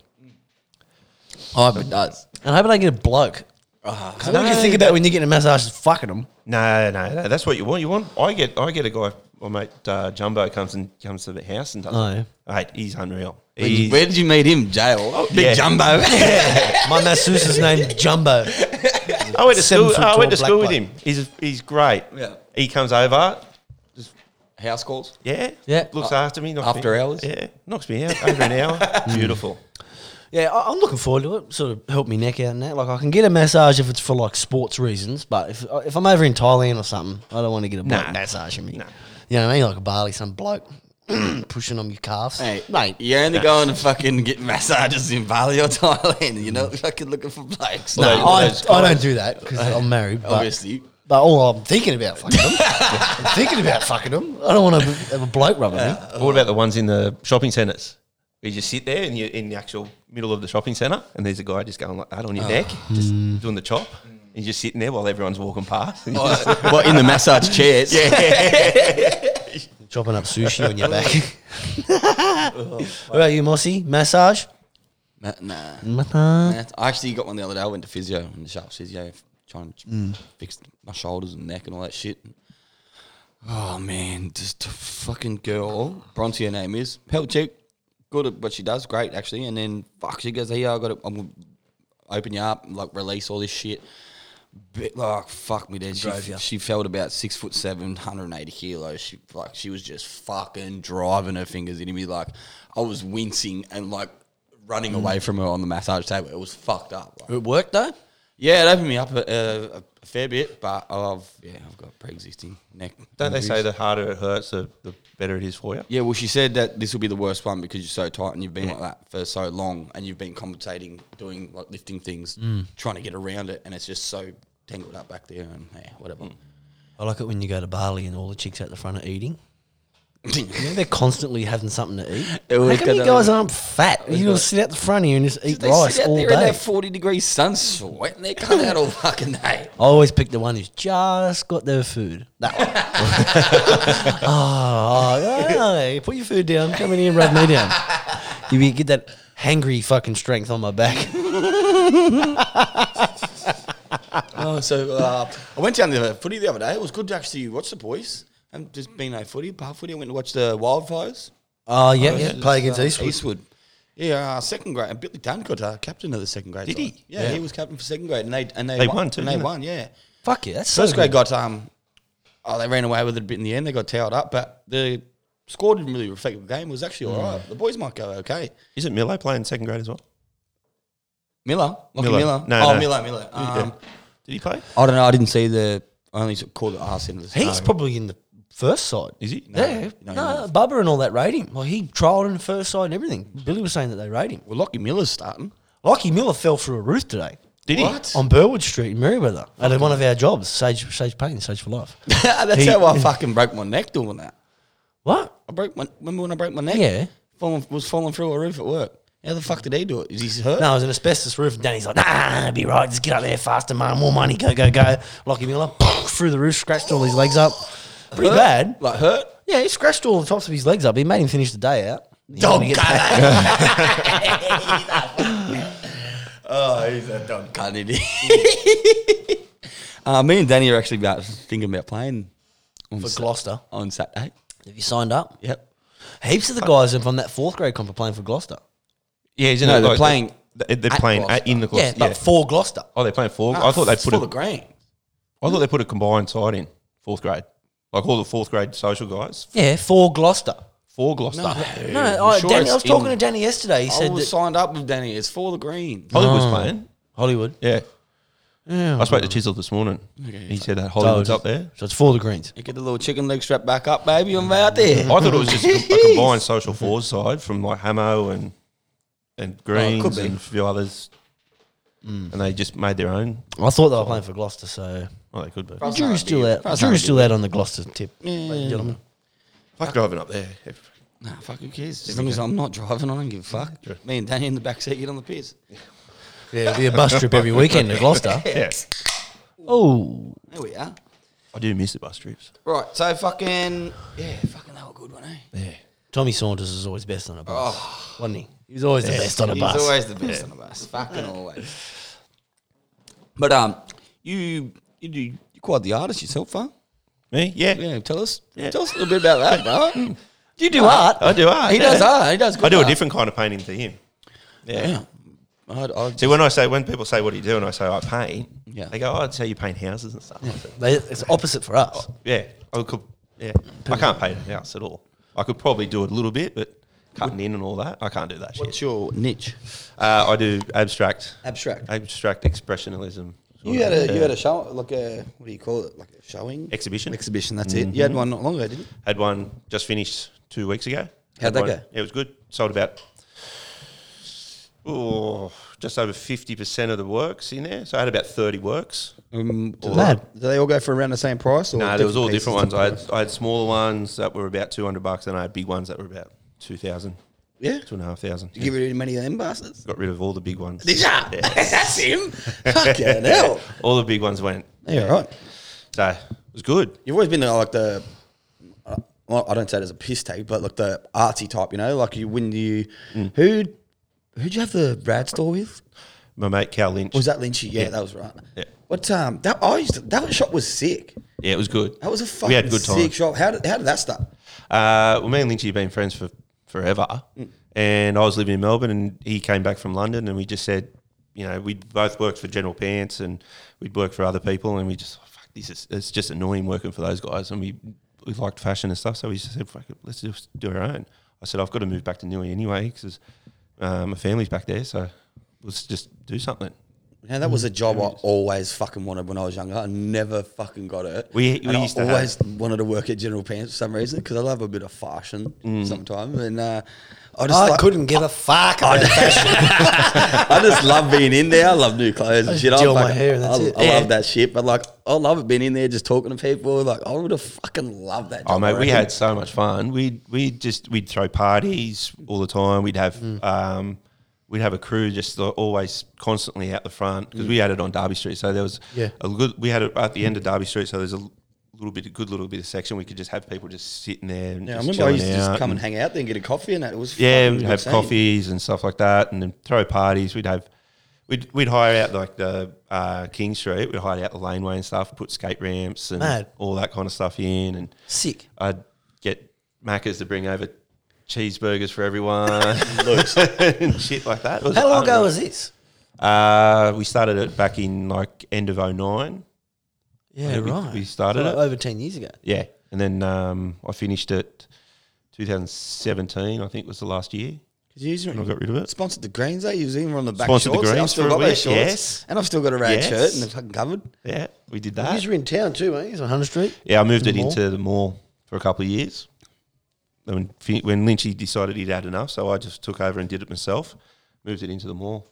Speaker 1: I hope it does.
Speaker 3: And I hope I don't get a bloke.
Speaker 1: Ah.
Speaker 3: 'Cause what do you think about when you're getting a massage is fucking them?
Speaker 4: No, no, no. That's what you want. You want. I get. I get a guy. My mate uh, Jumbo comes and comes to the house and does.
Speaker 3: Oh,
Speaker 4: it. Mate, he's unreal. He's,
Speaker 1: Where did you meet him? Jail. Big
Speaker 4: Yeah.
Speaker 1: Jumbo.
Speaker 3: My masseuse is named Jumbo.
Speaker 4: I went to
Speaker 3: Seven
Speaker 4: school.
Speaker 3: foot
Speaker 4: I
Speaker 3: tall
Speaker 4: went to
Speaker 3: black
Speaker 4: school with
Speaker 3: bloke.
Speaker 4: him. He's he's great.
Speaker 1: Yeah.
Speaker 4: He comes over.
Speaker 1: House calls.
Speaker 4: Yeah.
Speaker 3: Yeah.
Speaker 4: Looks after me. knocks
Speaker 1: Uh, After
Speaker 4: me-
Speaker 1: hours?
Speaker 4: Yeah. Knocks me out over an hour. Beautiful.
Speaker 3: Yeah, I- I'm looking forward to it. Sort of help me neck out and that. Like I can get a massage if it's for like sports reasons, but if uh, if I'm over in Thailand or something, I don't want to get a bloke
Speaker 4: Nah.
Speaker 3: massaging me.
Speaker 4: Nah.
Speaker 3: You know what I mean? Like a barley, some bloke pushing on your calves.
Speaker 1: Hey,
Speaker 3: Mate,
Speaker 1: you're only going to fucking get massages in Bali or Thailand. You're not fucking looking for blokes.
Speaker 3: no,
Speaker 4: Well,
Speaker 3: I,
Speaker 4: those
Speaker 3: I don't do that because I'm married. But,
Speaker 1: obviously.
Speaker 3: but all I'm thinking about fucking them. I'm thinking about fucking them. I don't want to have a bloke rubbing me.
Speaker 4: What about the ones in the shopping centres? You just sit there and you're in the actual middle of the shopping centre, and there's a guy just going like that on your
Speaker 1: Ah.
Speaker 4: neck, just
Speaker 3: Hmm.
Speaker 4: doing the chop.
Speaker 1: Hmm.
Speaker 4: And you're just sitting there while everyone's walking past. And you just-
Speaker 1: Well, in the massage chairs. Yeah.
Speaker 3: Chopping up sushi on your back. what about you, Mossy? Massage?
Speaker 1: Ma- Nah.
Speaker 3: Massage.
Speaker 1: Nah, I actually got one the other day. I went to physio and the sharp physio, f- trying to fix my shoulders and neck and all that shit. Oh man, just a fucking girl. Bronte, her name is. Hell cheap. Good at what she does. Great actually. And then fuck, she goes, "Hey, I got to I'm gonna open you up, like release all this shit." Bit like fuck me, dude. She, she felt about six foot seven, 180 kilos. She like she was just fucking driving her fingers into me. Like I was wincing and like running
Speaker 4: Mm.
Speaker 1: away from her on the massage table. It was fucked up. like.
Speaker 3: It worked though.
Speaker 1: Yeah, it opened me up a, a, a fair bit, but I've yeah, I've got pre-existing neck.
Speaker 4: Don't they say
Speaker 1: injuries.
Speaker 4: the harder it hurts, the, the better it is for you?
Speaker 1: Yeah, well, she said that this will be the worst one because you're so tight and you've been like that for so long, and you've been compensating, doing like lifting things, trying to get around it, and it's just so tangled up back there, and yeah, whatever.
Speaker 3: I like it when you go to Bali and all the chicks out the front are eating. You know, they're constantly having something to eat.
Speaker 1: It
Speaker 3: How
Speaker 1: was
Speaker 3: come you
Speaker 1: good,
Speaker 3: guys
Speaker 1: uh,
Speaker 3: aren't fat? You just sit out the front here and just eat
Speaker 1: they
Speaker 3: rice
Speaker 1: sit out
Speaker 3: all
Speaker 1: there in
Speaker 3: day.
Speaker 1: that forty degree sun sweat, and they come out all fucking day.
Speaker 3: I always pick the one who's just got their food. That one. oh, yeah, yeah, put your food down. Come in here and rub me down. You be- get that hangry fucking strength on my back.
Speaker 1: Oh, so uh, I went down to the footy the other day. It was good to actually watch the boys. I've just been no footy, bar footy. I went to watch the wildfires.
Speaker 3: Oh, yeah, yeah. Play against Eastwood.
Speaker 1: uh, Yeah, uh, second grade. And Billy Dunn got uh, captain of the second grade.
Speaker 4: Did
Speaker 1: side.
Speaker 4: he?
Speaker 1: Yeah, he was captain for second grade, and they and they,
Speaker 4: They won too,
Speaker 1: And they
Speaker 4: didn't they?
Speaker 1: won. Yeah,
Speaker 3: Fuck yeah, that's so
Speaker 1: first grade
Speaker 3: good.
Speaker 1: got um, oh, they ran away with it a bit in the end. They got towed up, but the score didn't really reflect the game. It was actually
Speaker 3: Hmm.
Speaker 1: all right. The boys might go okay.
Speaker 4: Isn't Milo playing second grade as well?
Speaker 1: Miller, Lockie
Speaker 4: Miller.
Speaker 1: Miller.
Speaker 4: No,
Speaker 1: oh,
Speaker 4: no.
Speaker 1: Miller, Miller. Um,
Speaker 4: Did he play?
Speaker 1: I don't know. I didn't see the. I only caught the arse end of the
Speaker 3: He's
Speaker 1: snow.
Speaker 3: probably in the first side.
Speaker 4: Is he?
Speaker 3: yeah,
Speaker 1: no,
Speaker 3: no,
Speaker 1: no.
Speaker 3: Bubba and all that rate him. Like he trialled in the first side and everything. Billy was saying that they rate him.
Speaker 1: well, Lockie Miller's starting.
Speaker 3: Lockie Miller fell through a roof today
Speaker 4: Did
Speaker 1: What?
Speaker 3: on Burwood Street in Merriweather at one of our jobs, Sage Sage Payne, Sage for Life.
Speaker 1: That's
Speaker 3: He-
Speaker 1: how I fucking broke my neck doing that.
Speaker 3: what?
Speaker 1: I broke my. Remember when I broke my neck?
Speaker 3: Yeah.
Speaker 1: Falling, was falling through a roof at work. How the fuck did he do it? Is he hurt?
Speaker 3: No, it was an asbestos roof. And Danny's like, nah, be right. Just get up there faster, man. More money. Go, go, go. Lockie Miller through the roof, scratched all his legs up. Pretty
Speaker 1: Hurt?
Speaker 3: bad.
Speaker 1: Like hurt?
Speaker 3: Yeah, he scratched all the tops of his legs up. He made him finish the day out. He only gets-
Speaker 1: Oh, he's a dumb cunt, isn't he? uh, me and Danny are actually about thinking about playing on
Speaker 3: for
Speaker 1: Sa-
Speaker 3: Gloucester.
Speaker 1: on Saturday.
Speaker 3: Have you signed up?
Speaker 1: Yep.
Speaker 3: Heaps of the guys are from that fourth grade comp are playing for Gloucester.
Speaker 4: Yeah, he's in
Speaker 1: No,
Speaker 4: the-
Speaker 1: they're
Speaker 4: like,
Speaker 1: playing
Speaker 4: They, they're
Speaker 1: at
Speaker 4: playing
Speaker 1: Gloucester.
Speaker 4: at, in the
Speaker 3: Yeah,
Speaker 4: Gloucester.
Speaker 3: but
Speaker 4: Yeah.
Speaker 3: for Gloucester.
Speaker 4: oh, they're playing four. I thought they
Speaker 1: It's
Speaker 4: put
Speaker 1: Ah, full
Speaker 4: a,
Speaker 1: of grain.
Speaker 4: I thought they put a combined side in fourth grade, like all the fourth grade social guys
Speaker 3: Yeah, for Gloucester.
Speaker 4: for Gloucester.
Speaker 3: No, I,
Speaker 1: sure
Speaker 3: Danny,
Speaker 1: it's
Speaker 3: I was talking
Speaker 1: in-
Speaker 3: to Danny yesterday. He
Speaker 1: I
Speaker 3: said
Speaker 1: was
Speaker 3: that
Speaker 1: signed up with Danny. It's for the green.
Speaker 4: Hollywood's playing.
Speaker 3: Hollywood.
Speaker 4: Yeah.
Speaker 3: Yeah.
Speaker 4: I spoke to Chisel this morning. He said that Hollywood's up there.
Speaker 3: So it's for the Greens.
Speaker 1: You get the little chicken leg strap back up, baby. I'm out there.
Speaker 4: I thought it was just a a combined social fours side from like Hamo and and Greens
Speaker 1: be.
Speaker 4: and a few others, and they just made their own.
Speaker 3: I thought they were playing for Gloucester, so
Speaker 4: Well, they could be.
Speaker 1: Right. That's not
Speaker 3: jury's
Speaker 1: a
Speaker 3: still
Speaker 1: big-
Speaker 3: out.
Speaker 1: that's not a
Speaker 3: jury's
Speaker 1: big
Speaker 3: still out on the Gloucester tip, ladies and gentlemen.
Speaker 4: Fuck driving up there.
Speaker 1: Nah, fuck, who cares? As long as I'm not driving, I don't give a fuck. Me and Danny in the back seat get on the piss.
Speaker 3: Yeah, it'll be a bus trip every weekend to Gloucester.
Speaker 4: Yeah.
Speaker 3: Oh,
Speaker 1: There we are.
Speaker 4: I do miss the bus trips.
Speaker 1: Right, so fucking yeah, fucking they were good, eh? weren't they?
Speaker 3: Tommy Saunders is always best on a bus, wasn't he? He was Oh. always the best on a
Speaker 1: He's
Speaker 3: bus.
Speaker 1: always the best on the bus, fucking always. But um, you you do you're quite the artist yourself, huh?
Speaker 4: Me? Yeah. Mm,
Speaker 1: Yeah, tell us tell us a little bit about that, bro.
Speaker 3: you do art?
Speaker 4: I do art.
Speaker 1: He does
Speaker 4: yeah.
Speaker 1: art. He does. Good
Speaker 4: I do
Speaker 1: art.
Speaker 4: a different kind of painting to him. Yeah.
Speaker 1: Yeah. I, I
Speaker 4: See, when I say when people say what do you do, and I say I paint,
Speaker 1: Yeah.
Speaker 4: they go, "Oh, it's how you paint houses and stuff." I said,
Speaker 3: They, it's opposite for us.
Speaker 4: Yeah, I could. Yeah, I can't paint a house at all. I could probably do it a little bit, but cutting in and all that, I can't do that shit.
Speaker 1: what's your niche?
Speaker 4: Uh, I do abstract,
Speaker 1: Abstract.
Speaker 4: abstract expressionism. sort
Speaker 1: You had
Speaker 4: of,
Speaker 1: a you
Speaker 4: yeah.
Speaker 1: had a show like a what do you call it like a showing
Speaker 4: Exhibition. Mm-hmm.
Speaker 1: exhibition. That's it. You had one not long ago, didn't you?
Speaker 4: Had one just finished two weeks ago.
Speaker 1: How'd
Speaker 4: Had
Speaker 1: that
Speaker 4: one-
Speaker 1: go?
Speaker 4: It was good. Sold about oh, just over fifty percent of the works in there. So I had about thirty works.
Speaker 1: Um, do, they,
Speaker 3: Mad.
Speaker 1: do they all go for around the same price? Or
Speaker 4: No, there was all different ones. I had, I had smaller ones that were about two hundred bucks, and I had big ones that were about two thousand,
Speaker 1: yeah.
Speaker 4: two and a half thousand.
Speaker 1: Did you get rid of many of them bastards?
Speaker 4: Got rid of all the big ones.
Speaker 1: Did ya? That's him. Fucking hell.
Speaker 4: All the big ones went.
Speaker 1: Yeah, right.
Speaker 4: So it was good.
Speaker 1: You've always been uh, like the. uh, Well, I don't say it as a piss take, but like the artsy type, you know, like you when you
Speaker 4: Mm.
Speaker 1: who who'd you have the Brad store with?
Speaker 4: My mate Cal Lynch.
Speaker 1: Was that Lynchy? Yeah, that was right.
Speaker 4: Yeah.
Speaker 1: What um that I used to, that shop was sick.
Speaker 4: Yeah, it was good.
Speaker 1: That was a fucking
Speaker 4: We had good
Speaker 1: sick
Speaker 4: time.
Speaker 1: shop. How did how did that start?
Speaker 4: Uh, well, me and Lynchy have been friends for forever,
Speaker 1: Mm.
Speaker 4: and I was living in Melbourne, and he came back from London, and we just said, you know, we both worked for General Pants, and we'd worked for other people, and we just oh, fuck this is it's just annoying working for those guys, and we we liked fashion and stuff, so we just said, fuck it, let's just do our own. I said, I've got to move back to Newey anyway because um, my family's back there, so let's just do something.
Speaker 1: Now that was a job I always fucking wanted when I was younger. I never fucking got it.
Speaker 4: We- we
Speaker 1: And I
Speaker 4: used to have-
Speaker 1: always wanted to work at General Pants for some reason because I love a bit of fashion
Speaker 4: Mm.
Speaker 1: sometimes, and uh, I just
Speaker 3: I
Speaker 1: like-
Speaker 3: couldn't give a fuck about fashion.
Speaker 1: I just love being in there. I love new clothes and shit. I
Speaker 3: gel my
Speaker 1: fucking,
Speaker 3: hair and that's
Speaker 1: I,
Speaker 3: it.
Speaker 1: I
Speaker 3: Yeah.
Speaker 1: love that shit, but like I love it being in there, just talking to people. Like I would have fucking loved that.
Speaker 4: Oh
Speaker 1: job, I
Speaker 4: mate, we
Speaker 1: reckon.
Speaker 4: had so much fun. We we just we'd throw parties all the time. We'd have
Speaker 1: Mm.
Speaker 4: um, we'd have a crew just lo- always constantly out the front
Speaker 1: Mm.
Speaker 4: because we had it on Derby Street. So there was
Speaker 3: Yeah.
Speaker 4: a good. We had it at the
Speaker 1: Mm.
Speaker 4: end of Derby Street. So there's a l- little bit, a good little bit of section we could just have people just sitting there. And
Speaker 1: Yeah, I
Speaker 4: just
Speaker 1: remember I
Speaker 4: chilling
Speaker 1: used to just
Speaker 4: out
Speaker 1: come
Speaker 4: and-
Speaker 1: and hang out there and get a coffee, and that it was
Speaker 4: yeah,
Speaker 1: fucking
Speaker 4: we'd have
Speaker 1: insane.
Speaker 4: coffees and stuff like that, and then throw parties. We'd have, we'd we'd hire out like the uh, King Street. We'd hire out the laneway and stuff, put skate ramps and
Speaker 3: Mad.
Speaker 4: all that kind of stuff in, and
Speaker 3: Sick.
Speaker 4: I'd get Macca's to bring over cheeseburgers for everyone and shit like that. It was-
Speaker 3: How long
Speaker 4: I don't
Speaker 3: ago
Speaker 4: know.
Speaker 3: was this?
Speaker 4: Uh, we started it back in like end of 09.
Speaker 3: Yeah,
Speaker 4: we-
Speaker 3: right.
Speaker 4: we started
Speaker 3: Like
Speaker 4: it.
Speaker 3: over ten years ago.
Speaker 4: Yeah, and then um, I finished it 2017. I think was the last year.
Speaker 1: Because you
Speaker 4: And I
Speaker 1: usually
Speaker 4: got rid of it.
Speaker 1: sponsored the Greens, eh? You was even on the back
Speaker 4: Sponsored the
Speaker 1: shorts. I've
Speaker 4: Greens
Speaker 1: still
Speaker 4: for a
Speaker 1: got those
Speaker 4: week,
Speaker 1: shorts.
Speaker 4: yes.
Speaker 1: And I've still got a rad
Speaker 4: Yes.
Speaker 1: shirt and the fucking covered.
Speaker 4: Yeah, we did
Speaker 3: He's
Speaker 4: that.
Speaker 3: in town too, mate. He's on Hunter Street.
Speaker 4: Yeah, I moved
Speaker 3: In
Speaker 4: it
Speaker 3: the mall?
Speaker 4: into the mall for a couple of years. And When fi- when Lynchy decided he'd had enough, so I just took over and did it myself. Moved it into the mall.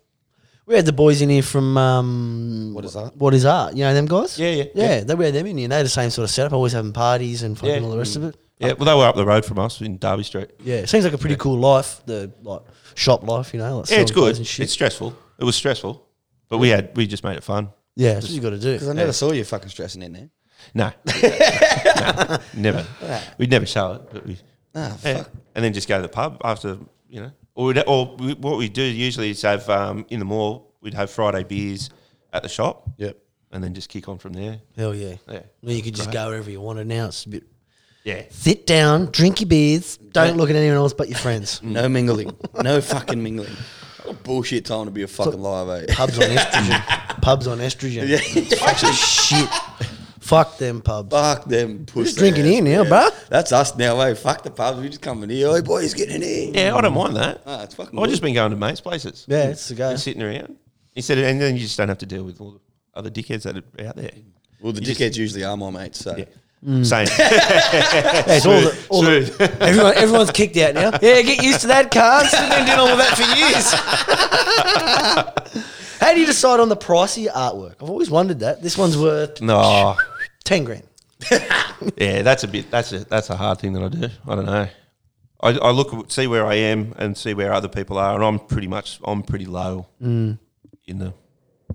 Speaker 3: We had the boys in here from um,
Speaker 1: What Is Art?
Speaker 3: What is art? You know them guys?
Speaker 4: Yeah, yeah,
Speaker 3: yeah.
Speaker 4: yeah.
Speaker 3: They, we had them in here. They had the same sort of setup, always having parties and fucking
Speaker 4: Yeah. Mm.
Speaker 3: all the rest of it.
Speaker 4: Yeah, well, they were up the road from us in Derby Street.
Speaker 3: Yeah, it seems like a pretty cool life. The like shop life, you know. Like
Speaker 4: Yeah, it's
Speaker 3: selling clothes
Speaker 4: good.
Speaker 3: And shit.
Speaker 4: It's stressful. It was stressful, but we had we just made it fun.
Speaker 3: yeah, that's what you got to do.
Speaker 1: Because I never saw you fucking stressing in there.
Speaker 4: No, No, never. We'd never sell it, but we.
Speaker 1: Ah,
Speaker 4: Yeah.
Speaker 1: fuck.
Speaker 4: And then just go to the pub after, you know. Or, we'd, or we, what we do usually is have um, in the mall, we'd have Friday beers at the shop
Speaker 1: Yep.
Speaker 4: and then just kick on from there.
Speaker 3: Hell yeah.
Speaker 4: Yeah.
Speaker 3: Well, you could just go wherever you wanted. Now it's a bit.
Speaker 4: Yeah.
Speaker 3: Sit down, drink your beers. Don't look at anyone else but your friends.
Speaker 1: No mingling. No fucking mingling. What a bullshit time to be a fucking live, eh?
Speaker 3: Pubs on estrogen. pubs on estrogen. Yeah. It's fucking shit. Fuck them pubs.
Speaker 1: Fuck them pussy.
Speaker 3: just drinking
Speaker 1: ass,
Speaker 3: in here,
Speaker 1: yeah.
Speaker 3: bruh.
Speaker 1: That's us now, eh? Fuck the pubs. We just coming here. Oh, boys, get in here.
Speaker 4: Yeah, I don't mind that.
Speaker 1: Ah, it's fucking
Speaker 4: I've
Speaker 1: good.
Speaker 4: just been going to mates' places.
Speaker 3: Yeah, it's the go.
Speaker 4: And sitting around. Instead of, and then you just don't have to deal with all the other dickheads that are out there.
Speaker 1: Well, the
Speaker 4: You just-
Speaker 1: dickheads usually are my mates, so.
Speaker 4: Yeah. Same.
Speaker 3: Hey, it's all the- all the-
Speaker 4: Smooth.
Speaker 3: everyone, everyone's kicked out now. Yeah, get used to that, Cards. We've been dealing with that for years. How do you decide on the price of your artwork? I've always wondered that. This one's worth
Speaker 4: No.
Speaker 3: 10 grand.
Speaker 4: Yeah, that's a bit. That's a that's a hard thing that I do. I don't know. I, I look see where I am and see where other people are, and I'm pretty much I'm pretty low
Speaker 3: Mm.
Speaker 4: in the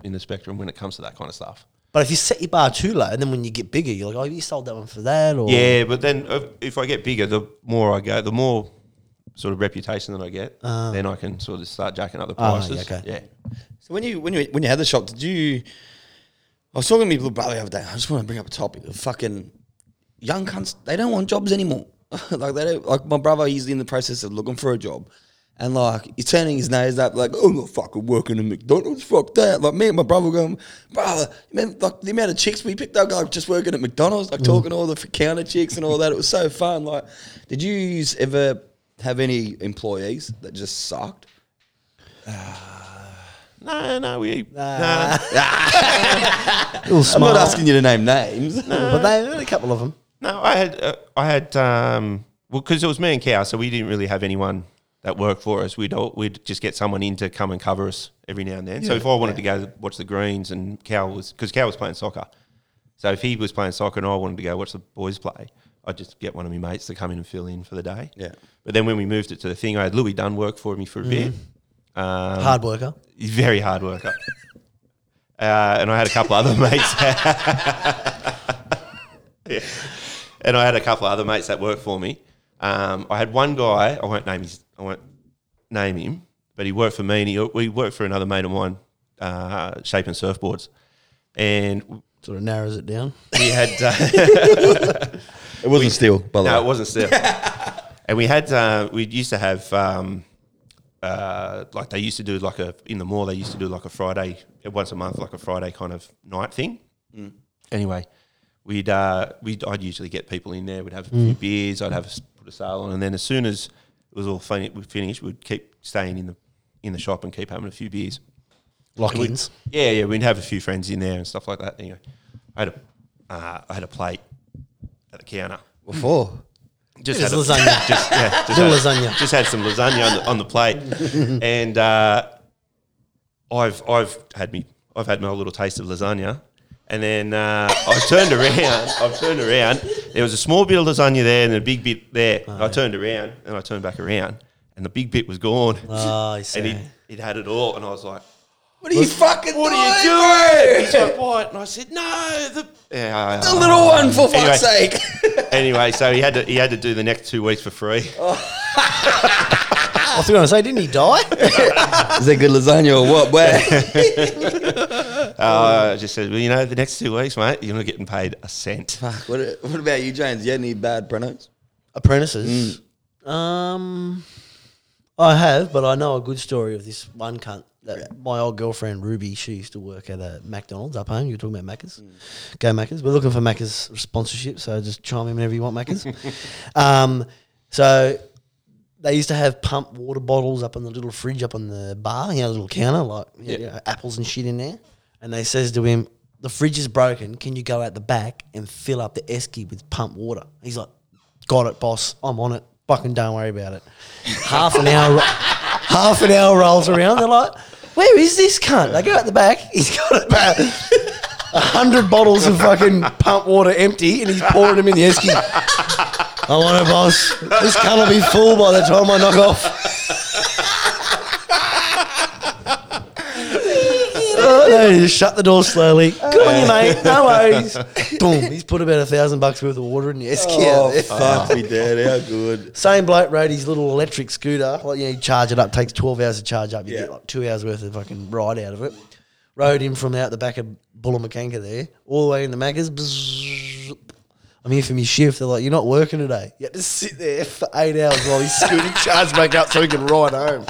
Speaker 4: in the spectrum when it comes to that kind of stuff.
Speaker 3: But if you set your bar too low, and then when you get bigger, you're like, oh, you sold that one for that. Or
Speaker 4: Yeah, but then if, if I get bigger, the more I go, the more sort of reputation that I get, then I can sort of start jacking up the
Speaker 3: Ah,
Speaker 4: prices.
Speaker 3: yeah, okay.
Speaker 4: Yeah,
Speaker 1: So when you when you when you had the shop, did you? I was talking to my little brother the other day. I just want to bring up a topic. of Fucking young cunts, they don't want jobs anymore. like they don't, like my brother, he's in the process of looking for a job, and like he's turning his nose up, like oh, I'm not fucking working in McDonald's. Fuck that. Like me and my brother going, brother, man, like the amount of chicks we picked up, like just working at McDonald's, like talking to all the counter chicks and all that. It was so fun. Like, did you ever have any employees that just sucked?
Speaker 4: no, no, we nah.
Speaker 3: Little
Speaker 1: I'm
Speaker 3: smart.
Speaker 1: not asking you to name names.
Speaker 3: But they had a couple of them.
Speaker 4: No, I had uh, I had um, well because it was me and Cow, so we didn't really have anyone that worked for us. We'd all, we'd just get someone in to come and cover us every now and then. so if I wanted to go watch the Greens and Cow was because Cow was playing soccer, so if he was playing soccer and I wanted to go watch the boys play, I'd just get one of my mates to come in and fill in for the day.
Speaker 1: Yeah.
Speaker 4: But then when we moved it to the thing, I had Louis Dunn work for me for a bit. Um,
Speaker 3: Hard worker.
Speaker 4: he's a very hard worker. Uh, and I had a couple other mates. Yeah. And I had a couple other mates that worked for me. Um, I had one guy. I won't name his. I won't name him, but he worked for me, and he, we worked for another mate of mine, uh, shaping surfboards. And
Speaker 3: Sort of narrows it down.
Speaker 4: we had. Uh,
Speaker 1: It wasn't steel, by the
Speaker 4: No, it wasn't still. and we had uh, we used to have um, uh, like they used to do like a in the mall they used to do like a Friday once a month like a Friday kind of night thing. Anyway, we'd uh, we I'd usually get people in there. We'd have a few beers. I'd have a s put a sale on, and then as soon as it was all fin- we finished, we'd keep staying in the in the shop and keep having a few beers.
Speaker 3: Lock
Speaker 4: We-
Speaker 3: ins.
Speaker 4: Yeah, yeah, we'd have a few friends in there and stuff like that. Anyway, I had a, uh, I had a plate at the counter.
Speaker 1: Before.
Speaker 4: Just,
Speaker 3: Just
Speaker 4: had a-
Speaker 3: lasagna.
Speaker 4: just yeah, just
Speaker 3: Little
Speaker 4: had-
Speaker 3: lasagna.
Speaker 4: Just had some lasagna on the, on the plate, and uh, I've I've had me I've had my little taste of lasagna, and then uh, I've turned around. I've turned around. There was a small bit of lasagna there and a big bit there. I turned around and I turned back around, and the big bit was gone.
Speaker 3: Oh, I see.
Speaker 4: and he it had it all, and I was like.
Speaker 1: What are you fucking
Speaker 4: What are you doing? He's like, what? And I said, no, the, yeah,
Speaker 1: The little one, for fuck's
Speaker 4: Anyway.
Speaker 1: sake.
Speaker 4: Anyway, so he had to he had to do the next two weeks for free.
Speaker 3: I was going to say, didn't he die?
Speaker 1: Is that good lasagna or what? Where?
Speaker 4: Uh, I just said, well, you know, the next two weeks, mate, you're not getting paid a cent.
Speaker 1: what, what about you, James? You had any bad pronos?
Speaker 3: Apprentices. Um, I have, but I know a good story of this one cunt. That My old girlfriend Ruby, she used to work at a McDonald's up home. You were talking about Macca's, go Macca's. We're looking for Macca's sponsorship, so just chime in whenever you want Macca's. um, so they used to have pump water bottles up on the little fridge up on the bar, you know, little counter, like you
Speaker 4: Yeah.
Speaker 3: know, apples and shit in there. And they says to him, "The fridge is broken. Can you go out the back and fill up the esky with pump water?" He's like, "Got it, boss. I'm on it. Fucking don't worry about it." half an hour, half an hour rolls around. They're like, "Where is this cunt?" They go out the back. He's got about a hundred bottles of fucking pump water empty, and he's pouring them in the esky. I want it, boss. This cunt will be full by the time I knock off. oh, no, you just shut the door slowly. Good on you, mate. No worries. Boom. He's put about a thousand bucks worth of water in the esky. out there.
Speaker 1: Oh, fuck me, Dad. How good.
Speaker 3: Same bloke rode his little electric scooter. Like, you know, you charge it up, takes 12 hours to charge up. You
Speaker 1: Yeah.
Speaker 3: get like two hours worth of fucking ride out of it. Rode him from out the back of Bullamacanka there, all the way in the Maccas. Bzzz. I'm here for my shift. They're like, you're not working today. You had to sit there for eight hours while his scooter charged back up so he could ride home.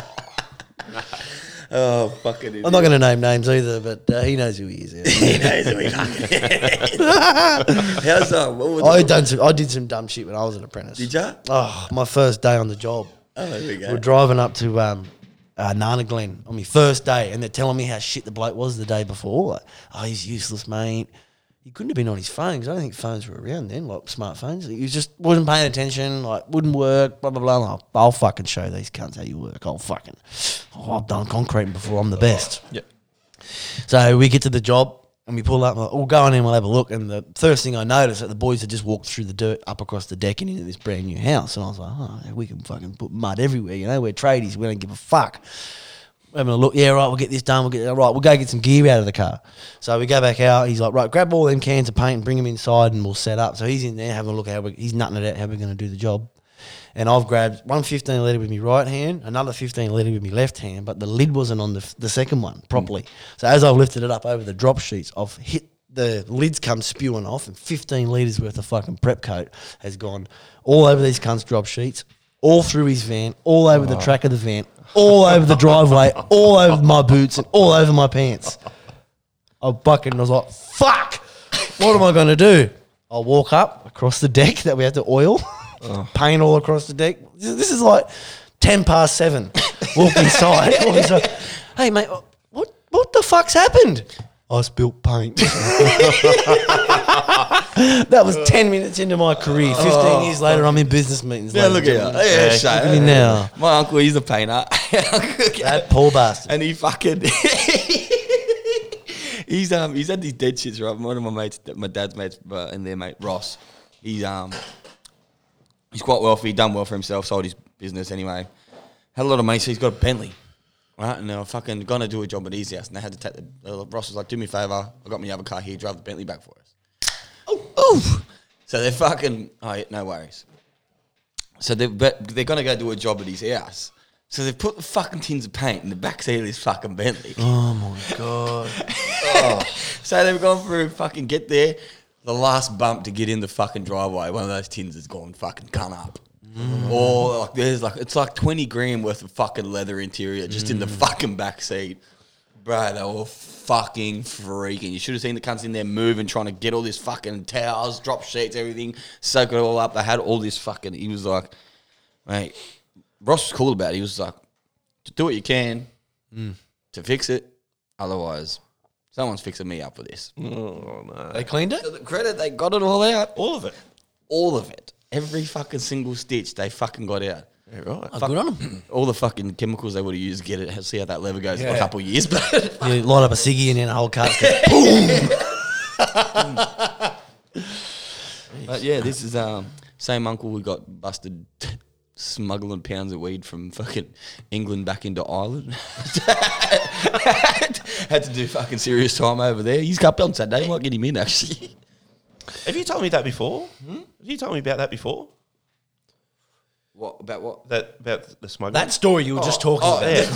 Speaker 1: Oh, fucking idiot.
Speaker 3: I'm not going to name names either, but uh, he knows who he is. yeah.
Speaker 1: How's that? What was
Speaker 3: I,
Speaker 1: it?
Speaker 3: done some, I did some dumb shit when I was an apprentice.
Speaker 1: Did ya?
Speaker 3: Oh, my first day on the job.
Speaker 1: Oh, there we go.
Speaker 3: We're driving up to um, uh, Nana Glen on my first day, and they're telling me how shit the bloke was the day before. Like, oh, he's useless, mate. He couldn't have been on his phone 'cause I don't think phones were around then, like smartphones. He was just wasn't paying attention, like wouldn't work, blah blah blah. Like, I'll fucking show these cunts how you work. I'll fucking, oh, I've done concreting before. I'm the best.
Speaker 4: Yeah.
Speaker 3: So we get to the job and we pull up. Like, we'll go in and we'll have a look. And the first thing I noticed that the boys had just walked through the dirt up across the deck and into this brand new house. And I was like, oh, we can fucking put mud everywhere. You know, we're tradies. We don't give a fuck. Having a look, yeah, right, we'll get this done. We'll get, all right, we'll go get some gear out of the car. So we go back out. He's like, right, grab all them cans of paint and bring them inside and we'll set up. So he's in there having a look how we, he's nutting it out, how we're going to do the job. And I've grabbed one 15 litre with my right hand, another 15 litre with my left hand, but the lid wasn't on the, f- the second one properly. So as I've lifted it up over the drop sheets, I've hit the lids come spewing off, and 15 litres worth of fucking prep coat has gone all over these cunts' drop sheets, all through his van, all over the track of the van, all over the driveway, all over my boots, and all over my pants. I bucking and I was like, fuck, what am I going to do? I'll walk up across the deck that we had to oil, paint all across the deck. This this is like 10 past seven. Walk inside. walk inside. Hey, mate, uh, what, what the fuck's happened? I spilt paint. that was 10 minutes into my career. 15 years later, I'm in business meetings.
Speaker 1: Oh, Yeah, look
Speaker 3: ladies
Speaker 1: at
Speaker 3: and
Speaker 1: you.
Speaker 3: gentlemen.
Speaker 1: Yeah, shame.
Speaker 3: at me now.
Speaker 1: My uncle, he's a painter.
Speaker 3: That poor bastard.
Speaker 1: and he fucking he's um he's had these dead shits right. One of my mates, my dad's mates, uh, and their mate Ross. He's um he's quite wealthy. Done well for himself. Sold his business anyway. Had a lot of money, so he's got a Bentley. Right, and I fucking gonna do a job at his house, and they had to take the. Uh, Ross was like, "Do me a favor, I got my other car here. Drive the Bentley back for us." Oh, so they're fucking. Oh, yeah, no worries. So they're, but they're going to go do a job at his house. So they've put the fucking tins of paint in the backseat of this fucking Bentley.
Speaker 3: Oh, my God.
Speaker 1: So they've gone through fucking get there. The last bump to get in the fucking driveway, one of those tins has gone fucking cunt up. Or like there's like it's like twenty grand worth of fucking leather interior just in the fucking back seat. Bro, they were fucking freaking. You should have seen the cunts in there moving, trying to get all this fucking towels, drop sheets, everything, soak it all up. They had all this fucking. He was like, mate, Ross was cool about it. He was like, do what you can to fix it. Otherwise, someone's fixing me up for this.
Speaker 4: Oh, no.
Speaker 3: They cleaned it?
Speaker 1: To the credit, they got it all out.
Speaker 4: All of it.
Speaker 1: All of it. Every fucking single stitch they fucking got out.
Speaker 4: Yeah, right.
Speaker 3: Oh, good on him.
Speaker 1: All the fucking chemicals they would have used, get it, see how that lever goes for a couple of years. But
Speaker 3: You light up a ciggy and then a whole cart's got-
Speaker 1: But yeah, this is um same uncle who got busted smuggling pounds of weed from fucking England back into Ireland. Had to do fucking serious time over there. He's up on Saturday. Might get him in actually.
Speaker 4: Have you told me that before? Hmm? Have you told me about that before?
Speaker 1: What about what?
Speaker 4: That about the smuggling?
Speaker 3: That story you were just talking
Speaker 4: oh,
Speaker 3: about.
Speaker 4: yeah.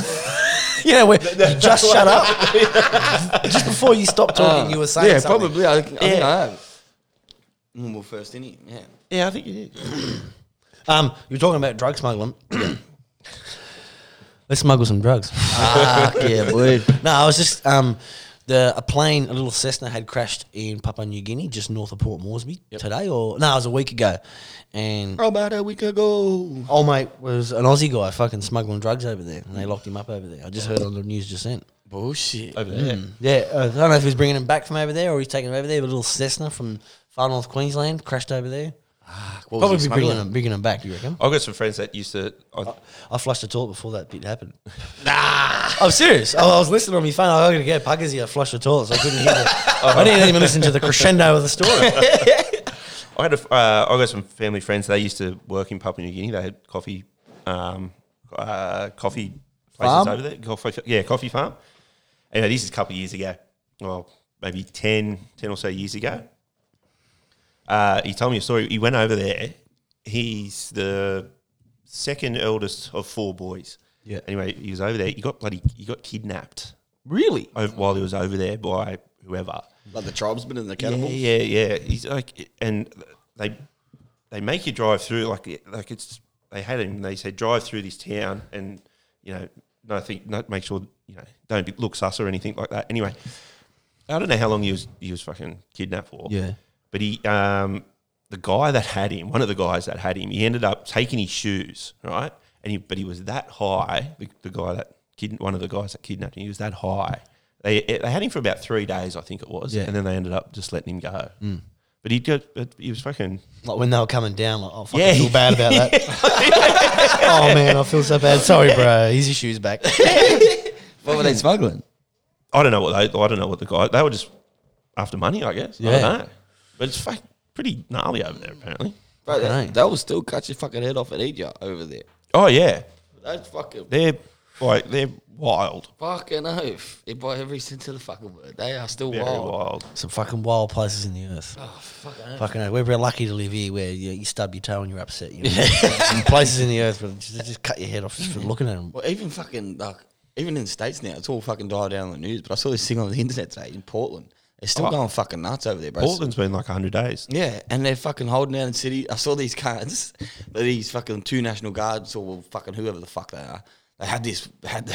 Speaker 3: You know, where you just shut up. Uh, just before you stopped talking, you were saying
Speaker 1: Uh, yeah,
Speaker 3: something.
Speaker 1: probably. I, I think
Speaker 4: Yeah.
Speaker 1: I have. Mm, Well, first inning. Yeah.
Speaker 4: yeah, I think you did.
Speaker 3: Um, you were talking about drug smuggling. Let's smuggle some drugs.
Speaker 1: Ah, yeah, boy.
Speaker 3: no, I was just um, The a plane, a little Cessna, had crashed in Papua New Guinea, just north of Port Moresby today, or no, it was a week ago. And
Speaker 1: About a week ago.
Speaker 3: old mate was an Aussie guy, fucking smuggling drugs over there, and they locked him up over there. I just heard on the news just then.
Speaker 1: Bullshit.
Speaker 4: over there.
Speaker 3: Yeah, uh, I don't know if he's bringing him back from over there or he's taking him over there. But a little Cessna from far north Queensland crashed over there.
Speaker 1: What was he
Speaker 3: Probably bringing
Speaker 1: smuggling?
Speaker 3: him, bringing him back. You reckon?
Speaker 4: I've got some friends that used to. I,
Speaker 3: I flushed the toilet before that bit happened. Nah, I'm serious. Oh, I, I was listening on my phone. I gotta get puckers here. I flushed the toilet, so I couldn't hear. The, I didn't even listen to the crescendo of the story.
Speaker 4: I had a, f- uh, I got some family friends. They used to work in Papua New Guinea. They had coffee, um, uh, coffee places
Speaker 3: Farm?
Speaker 4: over there. Coffee, yeah, coffee farm. Anyway, this is a couple of years ago. Well, maybe 10, 10 or so years ago. Uh, he told me a story. He went over there. He's the second eldest of four boys.
Speaker 3: Yeah.
Speaker 4: Anyway, he was over there. He got bloody. He got kidnapped
Speaker 1: Really?
Speaker 4: over, while he was over there by whoever.
Speaker 1: Like the tribesmen and the
Speaker 4: Yeah,
Speaker 1: cannibals?
Speaker 4: yeah, yeah. He's like, and they they make you drive through like like it's they had him. They said drive through this town, and you know, nothing. Not make sure you know, don't be, look sus or anything like that. Anyway, I don't know how long he was he was fucking kidnapped for.
Speaker 3: Yeah.
Speaker 4: but he um the guy that had him, one of the guys that had him, he ended up taking his shoes, right? And he but he was that high. The, the guy that kid, one of the guys that kidnapped him, he was that high. They eh, they had him for about three days, I think it was,
Speaker 3: Yeah. Mm.
Speaker 4: and then they ended up just letting him go. But he got, but he was fucking
Speaker 3: Like when they were coming down, like oh, fuck,
Speaker 4: Yeah.
Speaker 3: I feel bad about that. oh man, I feel so bad. Sorry, bro. He's your shoes back.
Speaker 1: What were they smuggling?
Speaker 4: I don't know what they. I don't know what the guy. They were just after money, I guess. I
Speaker 3: Yeah.
Speaker 4: don't know. But it's fuck, pretty gnarly over there, apparently.
Speaker 1: Bro,
Speaker 3: Okay.
Speaker 1: they, they'll still cut your fucking head off and eat you over there.
Speaker 4: Oh yeah,
Speaker 1: That's fucking
Speaker 4: they're like they're wild,
Speaker 1: fucking oath. It by every sense of the fucking word. They are still
Speaker 4: very
Speaker 1: wild.
Speaker 4: wild.
Speaker 3: Some fucking wild places in the earth.
Speaker 1: Oh, fucking oath.
Speaker 3: Fucking, hell, we're very lucky to live here where you, you stub your toe and you're upset. You know? Some places in the earth where they just, they just cut your head off just for looking at them.
Speaker 1: Well, even fucking like even in the states now, it's all fucking died down on the news. But I saw this thing on the internet today in Portland. They're still
Speaker 4: Oh.
Speaker 1: going fucking nuts over there, bro.
Speaker 4: Portland's been like hundred days.
Speaker 1: Yeah, and they're fucking holding down the city. I saw these cards, these fucking two national guards or fucking whoever the fuck they are. They had this, had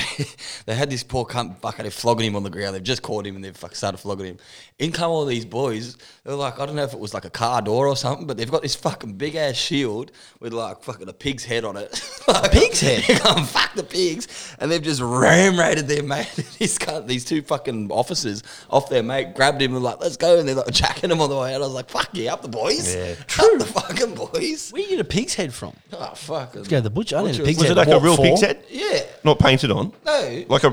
Speaker 1: they had this poor cunt bucket. They're flogging him on the ground. They've just caught him and they've fucking started flogging him. In come all these boys. They're like, I don't know if it was like a car door or something, but they've got this fucking big ass shield with like fucking a pig's head on it. a
Speaker 3: pig's head?
Speaker 1: come fuck the pigs, and they've just ram raided their mate. These cunt, these two fucking officers off their mate grabbed him and like, let's go, and they're like jacking him on the way out. I was like, fuck yeah, up the boys,
Speaker 4: Yeah.
Speaker 1: true, the fucking boys.
Speaker 3: Where you get a pig's head from?
Speaker 1: Oh fuck, let's
Speaker 3: go to the butcher. I need a pig's
Speaker 4: Was
Speaker 3: Yeah,
Speaker 4: it like a
Speaker 3: what
Speaker 4: real
Speaker 3: for?
Speaker 4: pig's head?
Speaker 1: Yeah,
Speaker 4: Not painted on.
Speaker 1: no, like,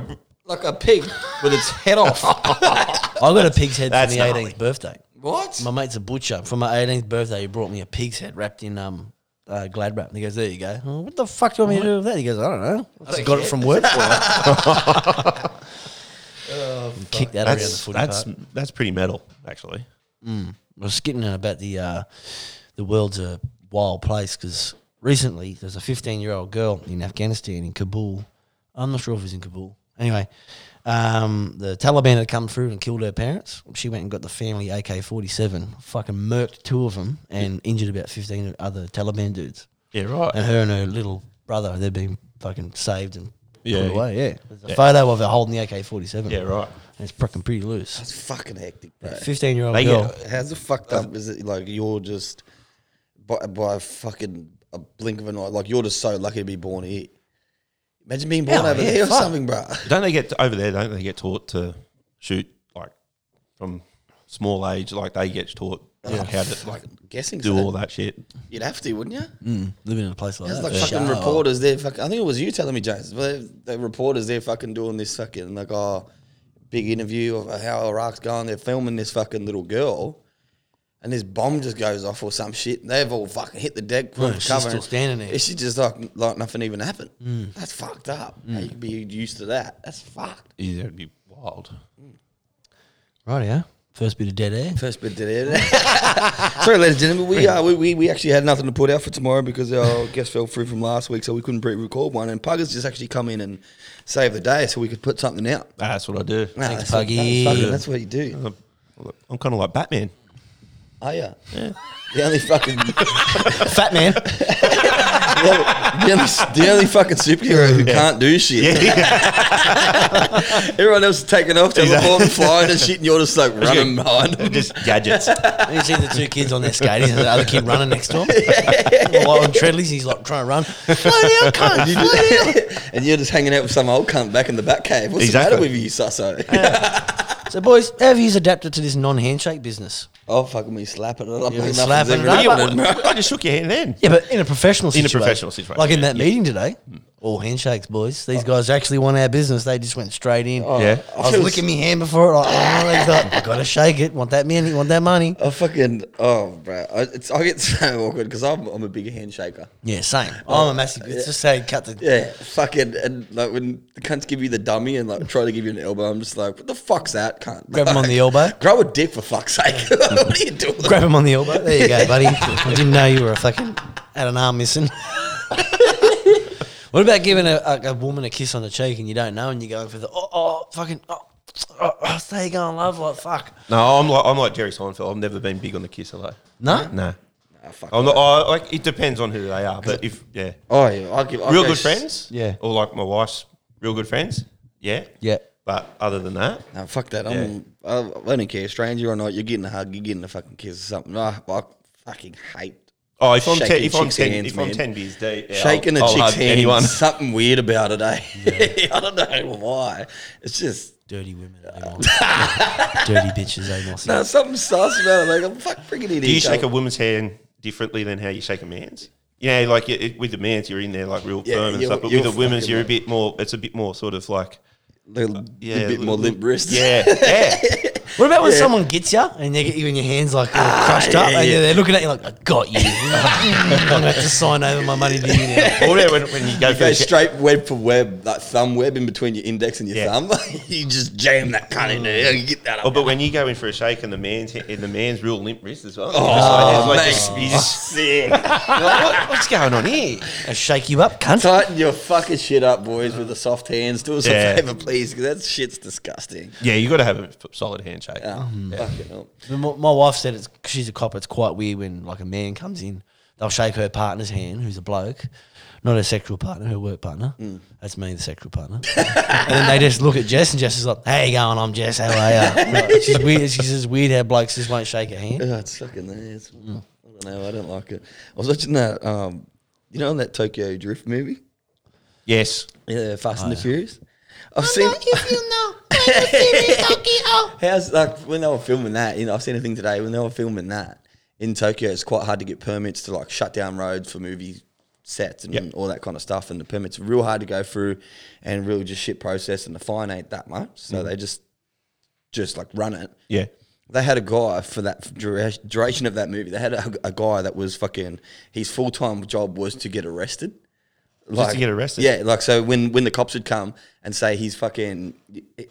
Speaker 4: Like a
Speaker 1: a pig with its head off.
Speaker 3: I got a pig's head
Speaker 4: That's
Speaker 3: for my
Speaker 4: gnarly.
Speaker 3: 18th birthday.
Speaker 1: what?
Speaker 3: My mate's a butcher. For my 18th birthday, he brought me a pig's head wrapped in um uh, glad wrap. And he goes, "There you go." Oh, what the fuck do you want me to do with that? He goes, "I don't know. I just got it from work." For and kick that around the
Speaker 4: Oh, that's
Speaker 3: footy
Speaker 4: that's
Speaker 3: park.
Speaker 4: that's pretty metal actually.
Speaker 3: I was skipping about the uh, the world's a wild place because recently there's a 15 year old girl in Afghanistan in Kabul. I'm not sure if it was in Kabul. Anyway, um, the Taliban had come through and killed her parents. She went and got the family AK-47, fucking murked two of them, and injured about 15 other Taliban dudes.
Speaker 4: Yeah, right.
Speaker 3: And her and her little brother, they've been fucking saved and
Speaker 4: Yeah.
Speaker 3: put away. Yeah, there's a photo of her holding the AK-47.
Speaker 4: yeah, right.
Speaker 3: And it's fucking pretty loose.
Speaker 1: It's fucking hectic, bro.
Speaker 3: 15 year old
Speaker 4: They
Speaker 3: girl.
Speaker 4: get
Speaker 1: How's it fucked up? Is it like you're just by, by a fucking a blink of an eye? Like you're just so lucky to be born here. Imagine being born
Speaker 3: Yeah,
Speaker 1: over
Speaker 3: yeah,
Speaker 1: there or
Speaker 3: fuck.
Speaker 1: something, bro.
Speaker 4: Don't they get over there? Don't they get taught to shoot like from small age? Like they get taught like, how to like
Speaker 1: Guessing
Speaker 4: do
Speaker 1: so.
Speaker 4: all that shit.
Speaker 1: You'd have to, wouldn't you?
Speaker 3: living in a place like
Speaker 1: There's
Speaker 3: that.
Speaker 1: like
Speaker 3: for
Speaker 1: fucking
Speaker 3: sure.
Speaker 1: reporters. They're fucking. I think it was you telling me, James. But the reporters, they're fucking doing this fucking like oh, big interview of how Iraq's going. They're filming this fucking little girl, and this bomb just goes off or some shit. They've all fucking hit the deck,
Speaker 3: No,
Speaker 1: no,
Speaker 3: she's
Speaker 1: cover.
Speaker 3: still standing there. Hmm.
Speaker 1: And She just like like nothing even happened. That's fucked up. How you can be used to that. That's fucked.
Speaker 4: Yeah, that'd be wild.
Speaker 3: Right, yeah. First bit of dead air.
Speaker 1: First bit did it. Sorry, ladies and gentlemen, we, uh, we, we we actually had nothing to put out for tomorrow because our guest fell through from last week, so we couldn't pre-record one. And Puggers just actually come in and save the day, so we could put something out.
Speaker 4: That's what I do.
Speaker 1: Nah, that's
Speaker 3: Thanks,
Speaker 1: what-
Speaker 3: Puggy.
Speaker 1: that's fucking- That's what you do.
Speaker 4: I'm kind of like Batman.
Speaker 1: Oh yeah. The only fucking the
Speaker 3: Fat man.
Speaker 1: only, the only- the only fucking superhero who can't do shit. Everyone else is taking off, teleporting, flying and shit, and you're just like running behind them.
Speaker 4: Just gadgets.
Speaker 3: you see the two kids on their skating and the other kid running next to him. While on treadlills, he's like trying to run. Bloody hell, cunt.
Speaker 1: And, you just, and you're just hanging out with some old cunt back in the back cave. What's
Speaker 4: Exactly.
Speaker 1: the matter with you, Sasso?
Speaker 3: So, boys, how have you adapted to this non handshake business?
Speaker 1: oh fucking me slapping it up.
Speaker 3: Yeah,
Speaker 1: Nothing's
Speaker 3: slapping
Speaker 1: ever
Speaker 3: it up.
Speaker 1: happening, bro.
Speaker 4: I just shook your hand then.
Speaker 3: Yeah, but in a professional
Speaker 4: In a
Speaker 3: situation.
Speaker 4: professional situation,
Speaker 3: Like in that
Speaker 4: yeah.
Speaker 3: meeting today, all handshakes, boys. These guys actually want our business. They just went straight in.
Speaker 4: Yeah.
Speaker 3: I was
Speaker 1: feel-
Speaker 3: licking my hand before it. Like, oh, they got, I gotta shake it. Want that money? Want that money?
Speaker 1: I fucking oh, bro. I, it's, I get so awkward because I'm, I'm a big handshaker.
Speaker 3: Yeah, same. I'm a massive. It's just say cut the.
Speaker 1: Yeah, fucking and like when the cunts give you the dummy and like try to give you an elbow, I'm just like, what the fuck's that cunt?
Speaker 3: Grab him on
Speaker 1: Like,
Speaker 3: the elbow.
Speaker 1: Grow a dick for fuck's sake. what are you doing?
Speaker 3: Grab him on the elbow. There you go, buddy. I didn't know you were a fucking had an arm missing. what about giving a, a, a woman a kiss on the cheek and you don't know and you're going for the oh, oh fucking oh, oh, oh stay going love like fuck
Speaker 4: No, I'm like I'm like Jerry Seinfeld. I've never been big on the kiss hello.
Speaker 3: no
Speaker 4: No.
Speaker 1: Ah, fuck
Speaker 4: I'm
Speaker 1: that.
Speaker 4: not, I, like it depends on who they are, but if yeah,
Speaker 1: Oh, yeah, I'll give, I'll
Speaker 4: real
Speaker 1: go
Speaker 4: good
Speaker 1: s-
Speaker 4: friends,
Speaker 3: Yeah.
Speaker 4: or like my wife's real good friends, yeah,
Speaker 3: yeah
Speaker 4: But other than that,
Speaker 1: No, fuck that. I'm, I, I don't care, stranger or not. You're getting a hug, you're getting a fucking kiss or something. No, I, I fucking hate.
Speaker 4: oh, if I'm ten,
Speaker 1: Shaking
Speaker 4: if I'm
Speaker 1: chicks'
Speaker 4: ten,
Speaker 1: hands,
Speaker 4: if I'm
Speaker 1: man.
Speaker 4: ten beers deep, yeah,
Speaker 1: Shaking
Speaker 4: I'll,
Speaker 1: a
Speaker 4: I'll
Speaker 1: chick's
Speaker 4: hug
Speaker 1: hand,
Speaker 4: anyone.
Speaker 1: something weird about it, eh? I don't know why. It's just
Speaker 3: dirty women they want. dirty bitches they want
Speaker 1: no, something sus about it. Like I'm fuck freaking idiot.
Speaker 4: Do you shake a woman's hand differently than how you shake a man's? Yeah, like it, it- with the man's, you're in there like real
Speaker 1: Yeah,
Speaker 4: firm and
Speaker 1: you're-
Speaker 4: stuff, but
Speaker 1: you're
Speaker 4: with the women's,
Speaker 1: fucking
Speaker 4: you're a
Speaker 1: right.
Speaker 4: bit more. It's a bit more sort of like
Speaker 1: little,
Speaker 4: yeah,
Speaker 1: little bit more limp wrist?
Speaker 4: Yeah, yeah. Ah,
Speaker 3: What about when someone gets you and they get you in your hands like all crushed up
Speaker 1: yeah,
Speaker 3: and
Speaker 1: yeah.
Speaker 3: they're looking at you like I got you. I'm gonna have to sign over my money to you now.
Speaker 4: or when, when you go for
Speaker 1: Go
Speaker 4: the sh-
Speaker 1: straight web for web, like thumb web in between your index and your
Speaker 4: Yeah.
Speaker 1: thumb. you just jam that cunt in there. You get that up.
Speaker 4: Oh, but when you go in for a shake and the man's and the man's real limp wrist as well.
Speaker 1: Oh,
Speaker 4: It's like-
Speaker 1: mate.
Speaker 4: it's like just- you're just- Like, what- what's going on here?
Speaker 3: I shake you up, cunt.
Speaker 1: Tighten your fucking shit up, boys, with the soft hands. Do us
Speaker 4: Yeah.
Speaker 1: a favor, please, because that shit's disgusting.
Speaker 4: Yeah, you got to have a f- solid handshake.
Speaker 1: Oh, fucking hell.
Speaker 3: My, my wife said it's 'cause she's a cop. It's quite weird when like a man comes in, they'll shake her partner's hand, who's a bloke, not her sexual partner, her work partner. That's me, the sexual partner. and then they just look at Jess, and Jess is like, "Hey, going? I'm Jess. How are you?" Like, she's weird. She says weird how blokes just won't shake a hand.
Speaker 1: Oh, it's fucking there. It's, I don't know. I don't like it. I was watching that. Um, you know, that Tokyo Drift movie.
Speaker 4: Yes.
Speaker 1: Yeah, Fast and the Furious. I've seen. How's like when they were filming that? You know, I've seen a thing today when they were filming that in Tokyo. It's quite hard to get permits to like shut down roads for movie sets and
Speaker 4: Yep.
Speaker 1: all that kind of stuff. And the permits are real hard to go through, and real just shit process. And the fine ain't that much, so they just just like run it.
Speaker 4: Yeah.
Speaker 1: They had a guy for that dura- duration of that movie. They had a, a guy that was fucking his full time job was to get arrested. Like,
Speaker 4: to get arrested?
Speaker 1: Yeah, like so when when the cops would come and say he's fucking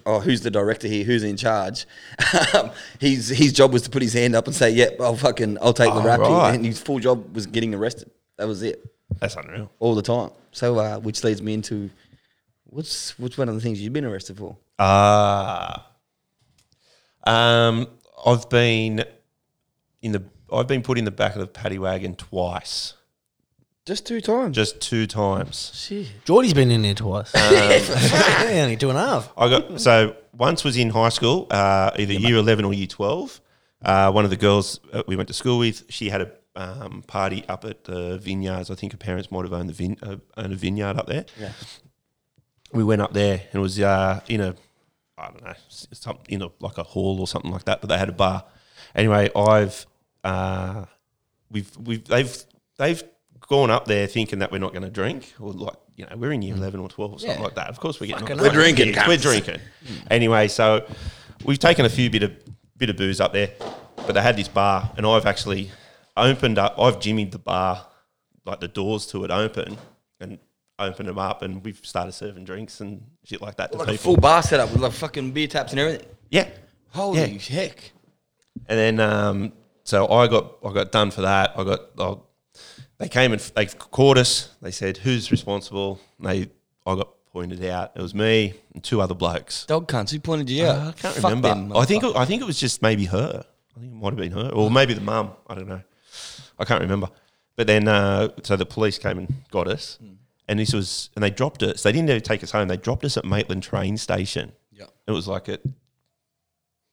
Speaker 1: oh who's the director here who's in charge, Um, his his job was to put his hand up and say yep I'll fucking I'll take the
Speaker 4: Oh,
Speaker 1: rap here."
Speaker 4: right.
Speaker 1: and his full job was getting arrested. That was it
Speaker 4: That's unreal.
Speaker 1: all the time. So uh, which leads me into what's what's one of the things you've been arrested for?
Speaker 4: Ah. um, I've been in the I've been put in the back of the paddy wagon twice,
Speaker 1: Just two times.
Speaker 4: just two times.
Speaker 1: Shit.
Speaker 3: Geordie's been in there twice. Yeah, only two and a half.
Speaker 4: I got so once was in high school, uh, either year eleven or year twelve. Uh, one of the girls uh, we went to school with, she had a um, party up at the vineyards. I think her parents might have owned the vin- uh, owned a vineyard up there.
Speaker 1: Yeah.
Speaker 4: we went up there and it was uh, in a I don't know s- something in a, like a hall or something like that, but they had a bar. Anyway, I've uh, we've we've they've they've gone up there thinking that we're not going to drink or like you know we're in year eleven or twelve or something
Speaker 3: Yeah.
Speaker 4: like that. Of course we're getting
Speaker 3: Fucking
Speaker 4: knocked
Speaker 1: We're
Speaker 4: out.
Speaker 1: drinking,
Speaker 4: Yeah, we're
Speaker 1: cunts.
Speaker 4: drinking. anyway, so we've taken a few bit of bit of booze up there, but they had this bar and I've actually opened up. I've jimmied the bar like the doors to it open and opened them up and we've started serving drinks and shit like that to
Speaker 1: Like a
Speaker 4: people.
Speaker 1: full bar setup with like fucking beer taps and everything.
Speaker 4: yeah.
Speaker 1: Holy
Speaker 4: Yeah.
Speaker 1: heck!
Speaker 4: And then um, so I got I got done for that. I got I, they came and f- they caught us. They said who's responsible. And they I got pointed out. It was me and two other blokes.
Speaker 1: Dog cunts. Who pointed you out?
Speaker 4: I can't
Speaker 1: Fuck
Speaker 4: remember.
Speaker 1: them,
Speaker 4: I think it, I think it was just maybe her. I think it might have been her, or maybe the mum. I don't know. I can't remember. But then, uh, so the police came and got us, and this was, and they dropped us. They didn't even take us home. They dropped us at Maitland train station.
Speaker 1: Yep.
Speaker 4: It was like at,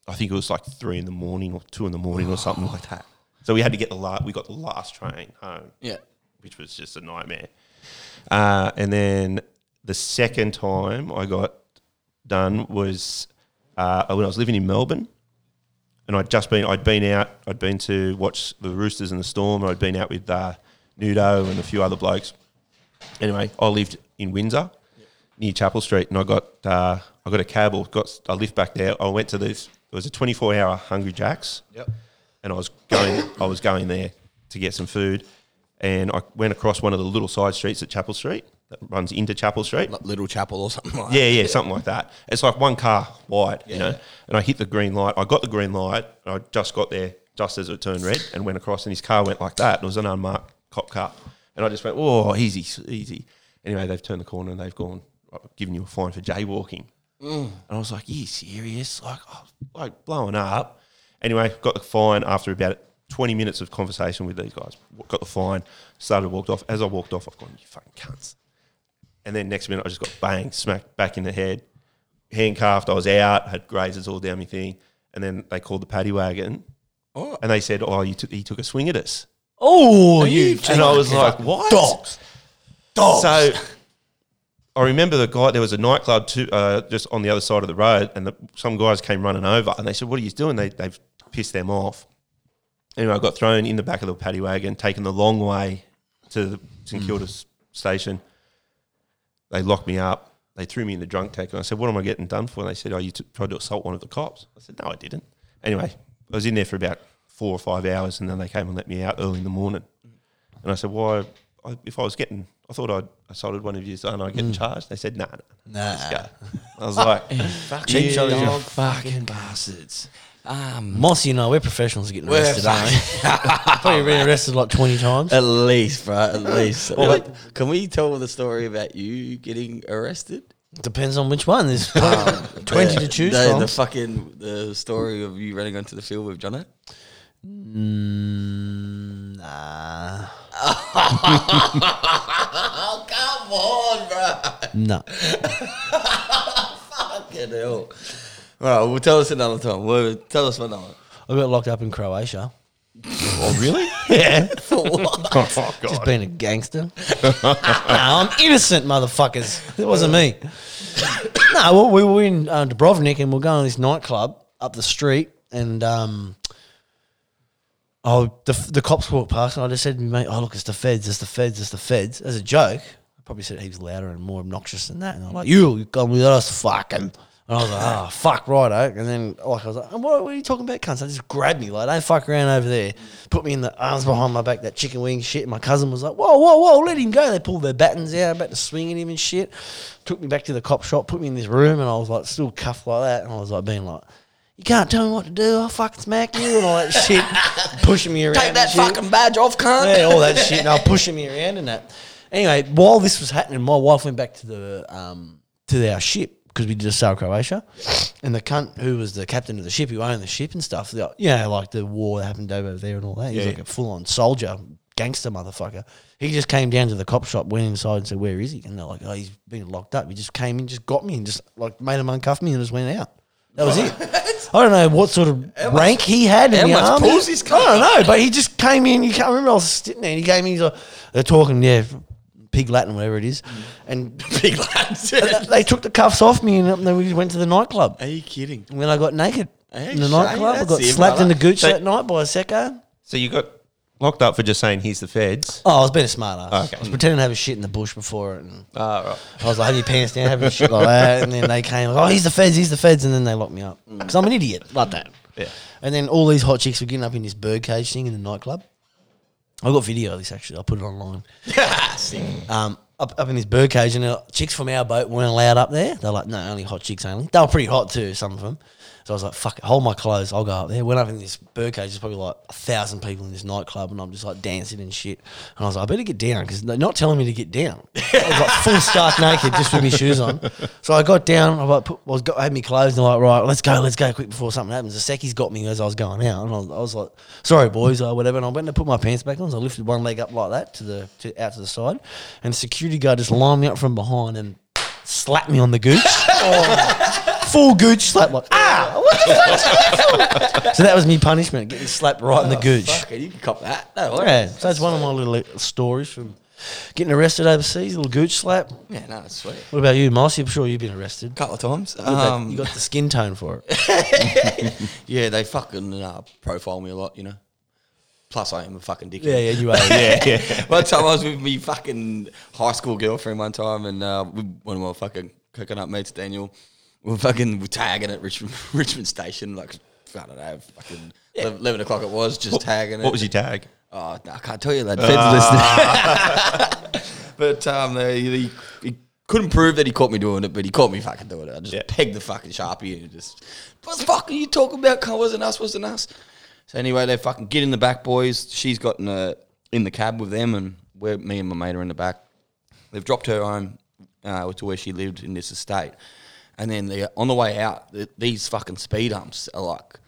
Speaker 4: I think it was like three in the morning or two in the morning or something like that. So we had to get the last. We got the last train home
Speaker 1: Yeah.
Speaker 4: which was just a nightmare. Uh, and then the second time I got done was uh, when I was living in Melbourne, and I'd just been I'd been out I'd been to watch the Roosters and the Storm, and I'd been out with uh, Nudo and a few other blokes. Anyway, I lived in Windsor near Chapel Street, and I got uh, I got a cab or got a lift back there. I went to this. It was a twenty four hour Hungry Jacks
Speaker 1: Yep.
Speaker 4: and I was going I was going there to get some food, and I went across one of the little side streets at Chapel Street that runs into Chapel Street.
Speaker 1: Like Little Chapel or something like
Speaker 4: Yeah, yeah, something like that. It's like one car wide, you know. And I hit the green light. I got the green light. I just got there just as it turned red and went across, and his car went like that. And it was an unmarked cop car, and I just went, "Oh, easy, easy." Anyway, they've turned the corner and they've gone, "I've given you a fine for jaywalking." And I was like, "You serious?" Like, I was, like blowing up. Anyway, got the fine after about twenty minutes of conversation with these guys. Got the fine. Started walked off. As I walked off, I've gone, "You fucking cunts." And then next minute, I just got bang, smacked back in the head, handcuffed. I was out, had grazes all down my thing. And then they called the paddy wagon
Speaker 1: Oh.
Speaker 4: and they said, Oh, you took he took a swing at us.
Speaker 3: Oh,
Speaker 1: you
Speaker 3: you.
Speaker 1: fucking
Speaker 4: And I was like,
Speaker 1: fucking
Speaker 4: What?
Speaker 1: Dogs. Dogs.
Speaker 4: So I remember the guy, there was a nightclub too, uh, just on the other side of the road, and the, some guys came running over and they said, What are you doing? They, they've pissed them off. Anyway, I got thrown in the back of the paddy wagon, taken the long way to the St Kilda's station. They locked me up. They threw me in the drunk tank, and I said, "What am I getting done for?" And they said, "Oh, you t- tried to assault one of the cops." I said, "No, I didn't." Anyway, I was in there for about four or five hours, and then they came and let me out early in the morning. And I said, "Why? I, if I was getting, I thought I'd assaulted one of you, and I'd get charged." They said, "No, nah,
Speaker 1: Nah.
Speaker 4: nah, let's go." I was like, oh,
Speaker 1: Cheap
Speaker 3: you
Speaker 1: shot is
Speaker 3: dog
Speaker 1: a fucking bastards. Um,
Speaker 3: Mossy and I, we're professionals at getting
Speaker 1: We're
Speaker 3: arrested, aren't we? Probably been arrested like 20 times.
Speaker 1: At least, bro. At least. Wait, can we tell the story about you getting arrested?
Speaker 3: Depends on which one. There's 20 to
Speaker 1: The-
Speaker 3: choose
Speaker 1: the,
Speaker 3: from.
Speaker 1: Um, The fucking the story of you running onto the field with Jono.
Speaker 3: Mm, nah.
Speaker 1: Oh come on, bro!
Speaker 3: No.
Speaker 1: Fucking hell. All right, well, tell us another time. Well, tell us another.
Speaker 3: I got locked up in Croatia.
Speaker 4: "Oh, really?
Speaker 3: Yeah.
Speaker 4: oh, fuck, God."
Speaker 3: Just being a gangster. no, I'm innocent, motherfuckers. It wasn't me. no, well, we were in uh, Dubrovnik and we we're going to this nightclub up the street, and um, oh, the, the cops walked past, and I just said to me, mate, oh look, it's the feds, it's the feds, it's the feds, as a joke. I probably said heaps louder and more obnoxious than that, and I'm like, you, you gone with us, fucking. And I was like, oh, fuck, righto. And then like, I was like, what, what are you talking about, cunts? They just grabbed me, like, don't fuck around over there. Put me in the arms behind my back, that chicken wing shit. And my cousin was like, whoa, whoa, whoa, let him go. They pulled their battens out, about to swing at him and shit. Took me back to the cop shop, put me in this room, and I was like, still cuffed like that. And I was like, being like, you can't tell me what to do. I'll fucking smack you and all that shit. Pushing me around.
Speaker 1: Take
Speaker 3: and
Speaker 1: that
Speaker 3: shit.
Speaker 1: fucking badge off, cunt.
Speaker 3: Yeah, all that shit. And they were pushing me around and that. Anyway, while this was happening, my wife went back to the um, to our ship because we did a sail Croatia, and the cunt who was the captain of the ship, who owned the ship and stuff, the, you know, like the war that happened over there and all that. He was
Speaker 4: Yeah.
Speaker 3: like a full on soldier, gangster motherfucker. He just came down to the cop shop, went inside and said, "Where is he?" And they're like, "Oh, he's been locked up." He just came in, just got me, and just like made him uncuff me and just went out. That was it. I don't know what sort of rank he had in
Speaker 1: how
Speaker 3: the
Speaker 1: much
Speaker 3: army.
Speaker 1: pulls he's
Speaker 3: I don't know, but he just came in. You can't remember. I was sitting there, and he came in. He's like, they're talking, yeah, pig Latin, whatever it is, and
Speaker 1: Big lads.
Speaker 3: they took the cuffs off me, and then we went to the nightclub.
Speaker 1: Are you kidding?
Speaker 3: And then I got naked
Speaker 1: Hey,
Speaker 3: in the
Speaker 1: Shay,
Speaker 3: nightclub. I
Speaker 1: that's
Speaker 3: got
Speaker 1: it,
Speaker 3: slapped in the
Speaker 1: brother.
Speaker 3: gooch
Speaker 4: So-
Speaker 3: that night by a secco.
Speaker 4: So you got locked up for just saying, "Here's the feds."
Speaker 3: Oh, I was being a smart ass.
Speaker 4: Okay.
Speaker 3: I was pretending to have a shit in the bush before it. And
Speaker 4: Ah, right.
Speaker 3: I was like, have your pants down, having shit like that. And then they came, oh, he's the feds, he's the feds. And then they locked me up. Because I'm an idiot like that.
Speaker 4: Yeah.
Speaker 3: And then all these hot chicks were getting up in this birdcage thing in the nightclub. I got video of this actually. I put it online. um, up, up in this birdcage, and uh, chicks from our boat weren't allowed up there. They're like, no, only hot chicks only. They were pretty hot too, some of them. So I was like, fuck, it, hold my clothes. I'll go up there. Went up in this birdcage. There's probably like a thousand people in this nightclub, and I'm just like dancing and shit. And I was like, I better get down because they're not telling me to get down. I was like full stark naked, just with my shoes on. So I got down. I like put, I was got, I had my clothes, and they're like, right, let's go, let's go quick before something happens. The secchi's got me as I was going out, and I was, I was like, sorry boys, or whatever. And I went to put my pants back on. So I lifted one leg up like that to the to, out to the side, and the security guard just lined me up from behind and slapped me on the gooch. Full gooch slap, like Oh. ah, what the fuck? Oh, so that was me punishment, getting slapped right in the gooch.
Speaker 1: Fuck it, you can cop that. No worries.
Speaker 3: Yeah, so that's one of my little uh, stories from getting arrested overseas. Little gooch slap.
Speaker 1: Yeah, no, it's sweet.
Speaker 3: What about you, Mossy? I'm sure you've been arrested.
Speaker 1: couple of times.
Speaker 3: you
Speaker 1: Um,
Speaker 3: got the skin tone for it.
Speaker 1: yeah, they fucking uh, profile me a lot, you know. Plus, I am a fucking dickhead.
Speaker 3: yeah, yeah, you are.
Speaker 4: Yeah, yeah.
Speaker 1: one time I was with me fucking high school girlfriend one time, and uh, with one of my fucking coconut mates, Daniel, we were fucking we were tagging at Richmond, Richmond Station, like I don't know, fucking eleven eleven o'clock it was, just tagging it.
Speaker 4: What was your tag?
Speaker 1: Oh, no, I can't tell you that. Feds listening. Uh. but um, he, he, he couldn't prove that he caught me doing it, but he caught me fucking doing it. I just
Speaker 4: Yeah.
Speaker 1: pegged the fucking sharpie and just, what the fuck are you talking about? Cunt? Wasn't us, wasn't us. So anyway, they fucking get in the back, boys. She's got in the, in the cab with them, and we're, me and my mate are in the back. They've dropped her home uh, to where she lived in this estate. And then they, on the way out, th these fucking speed humps are like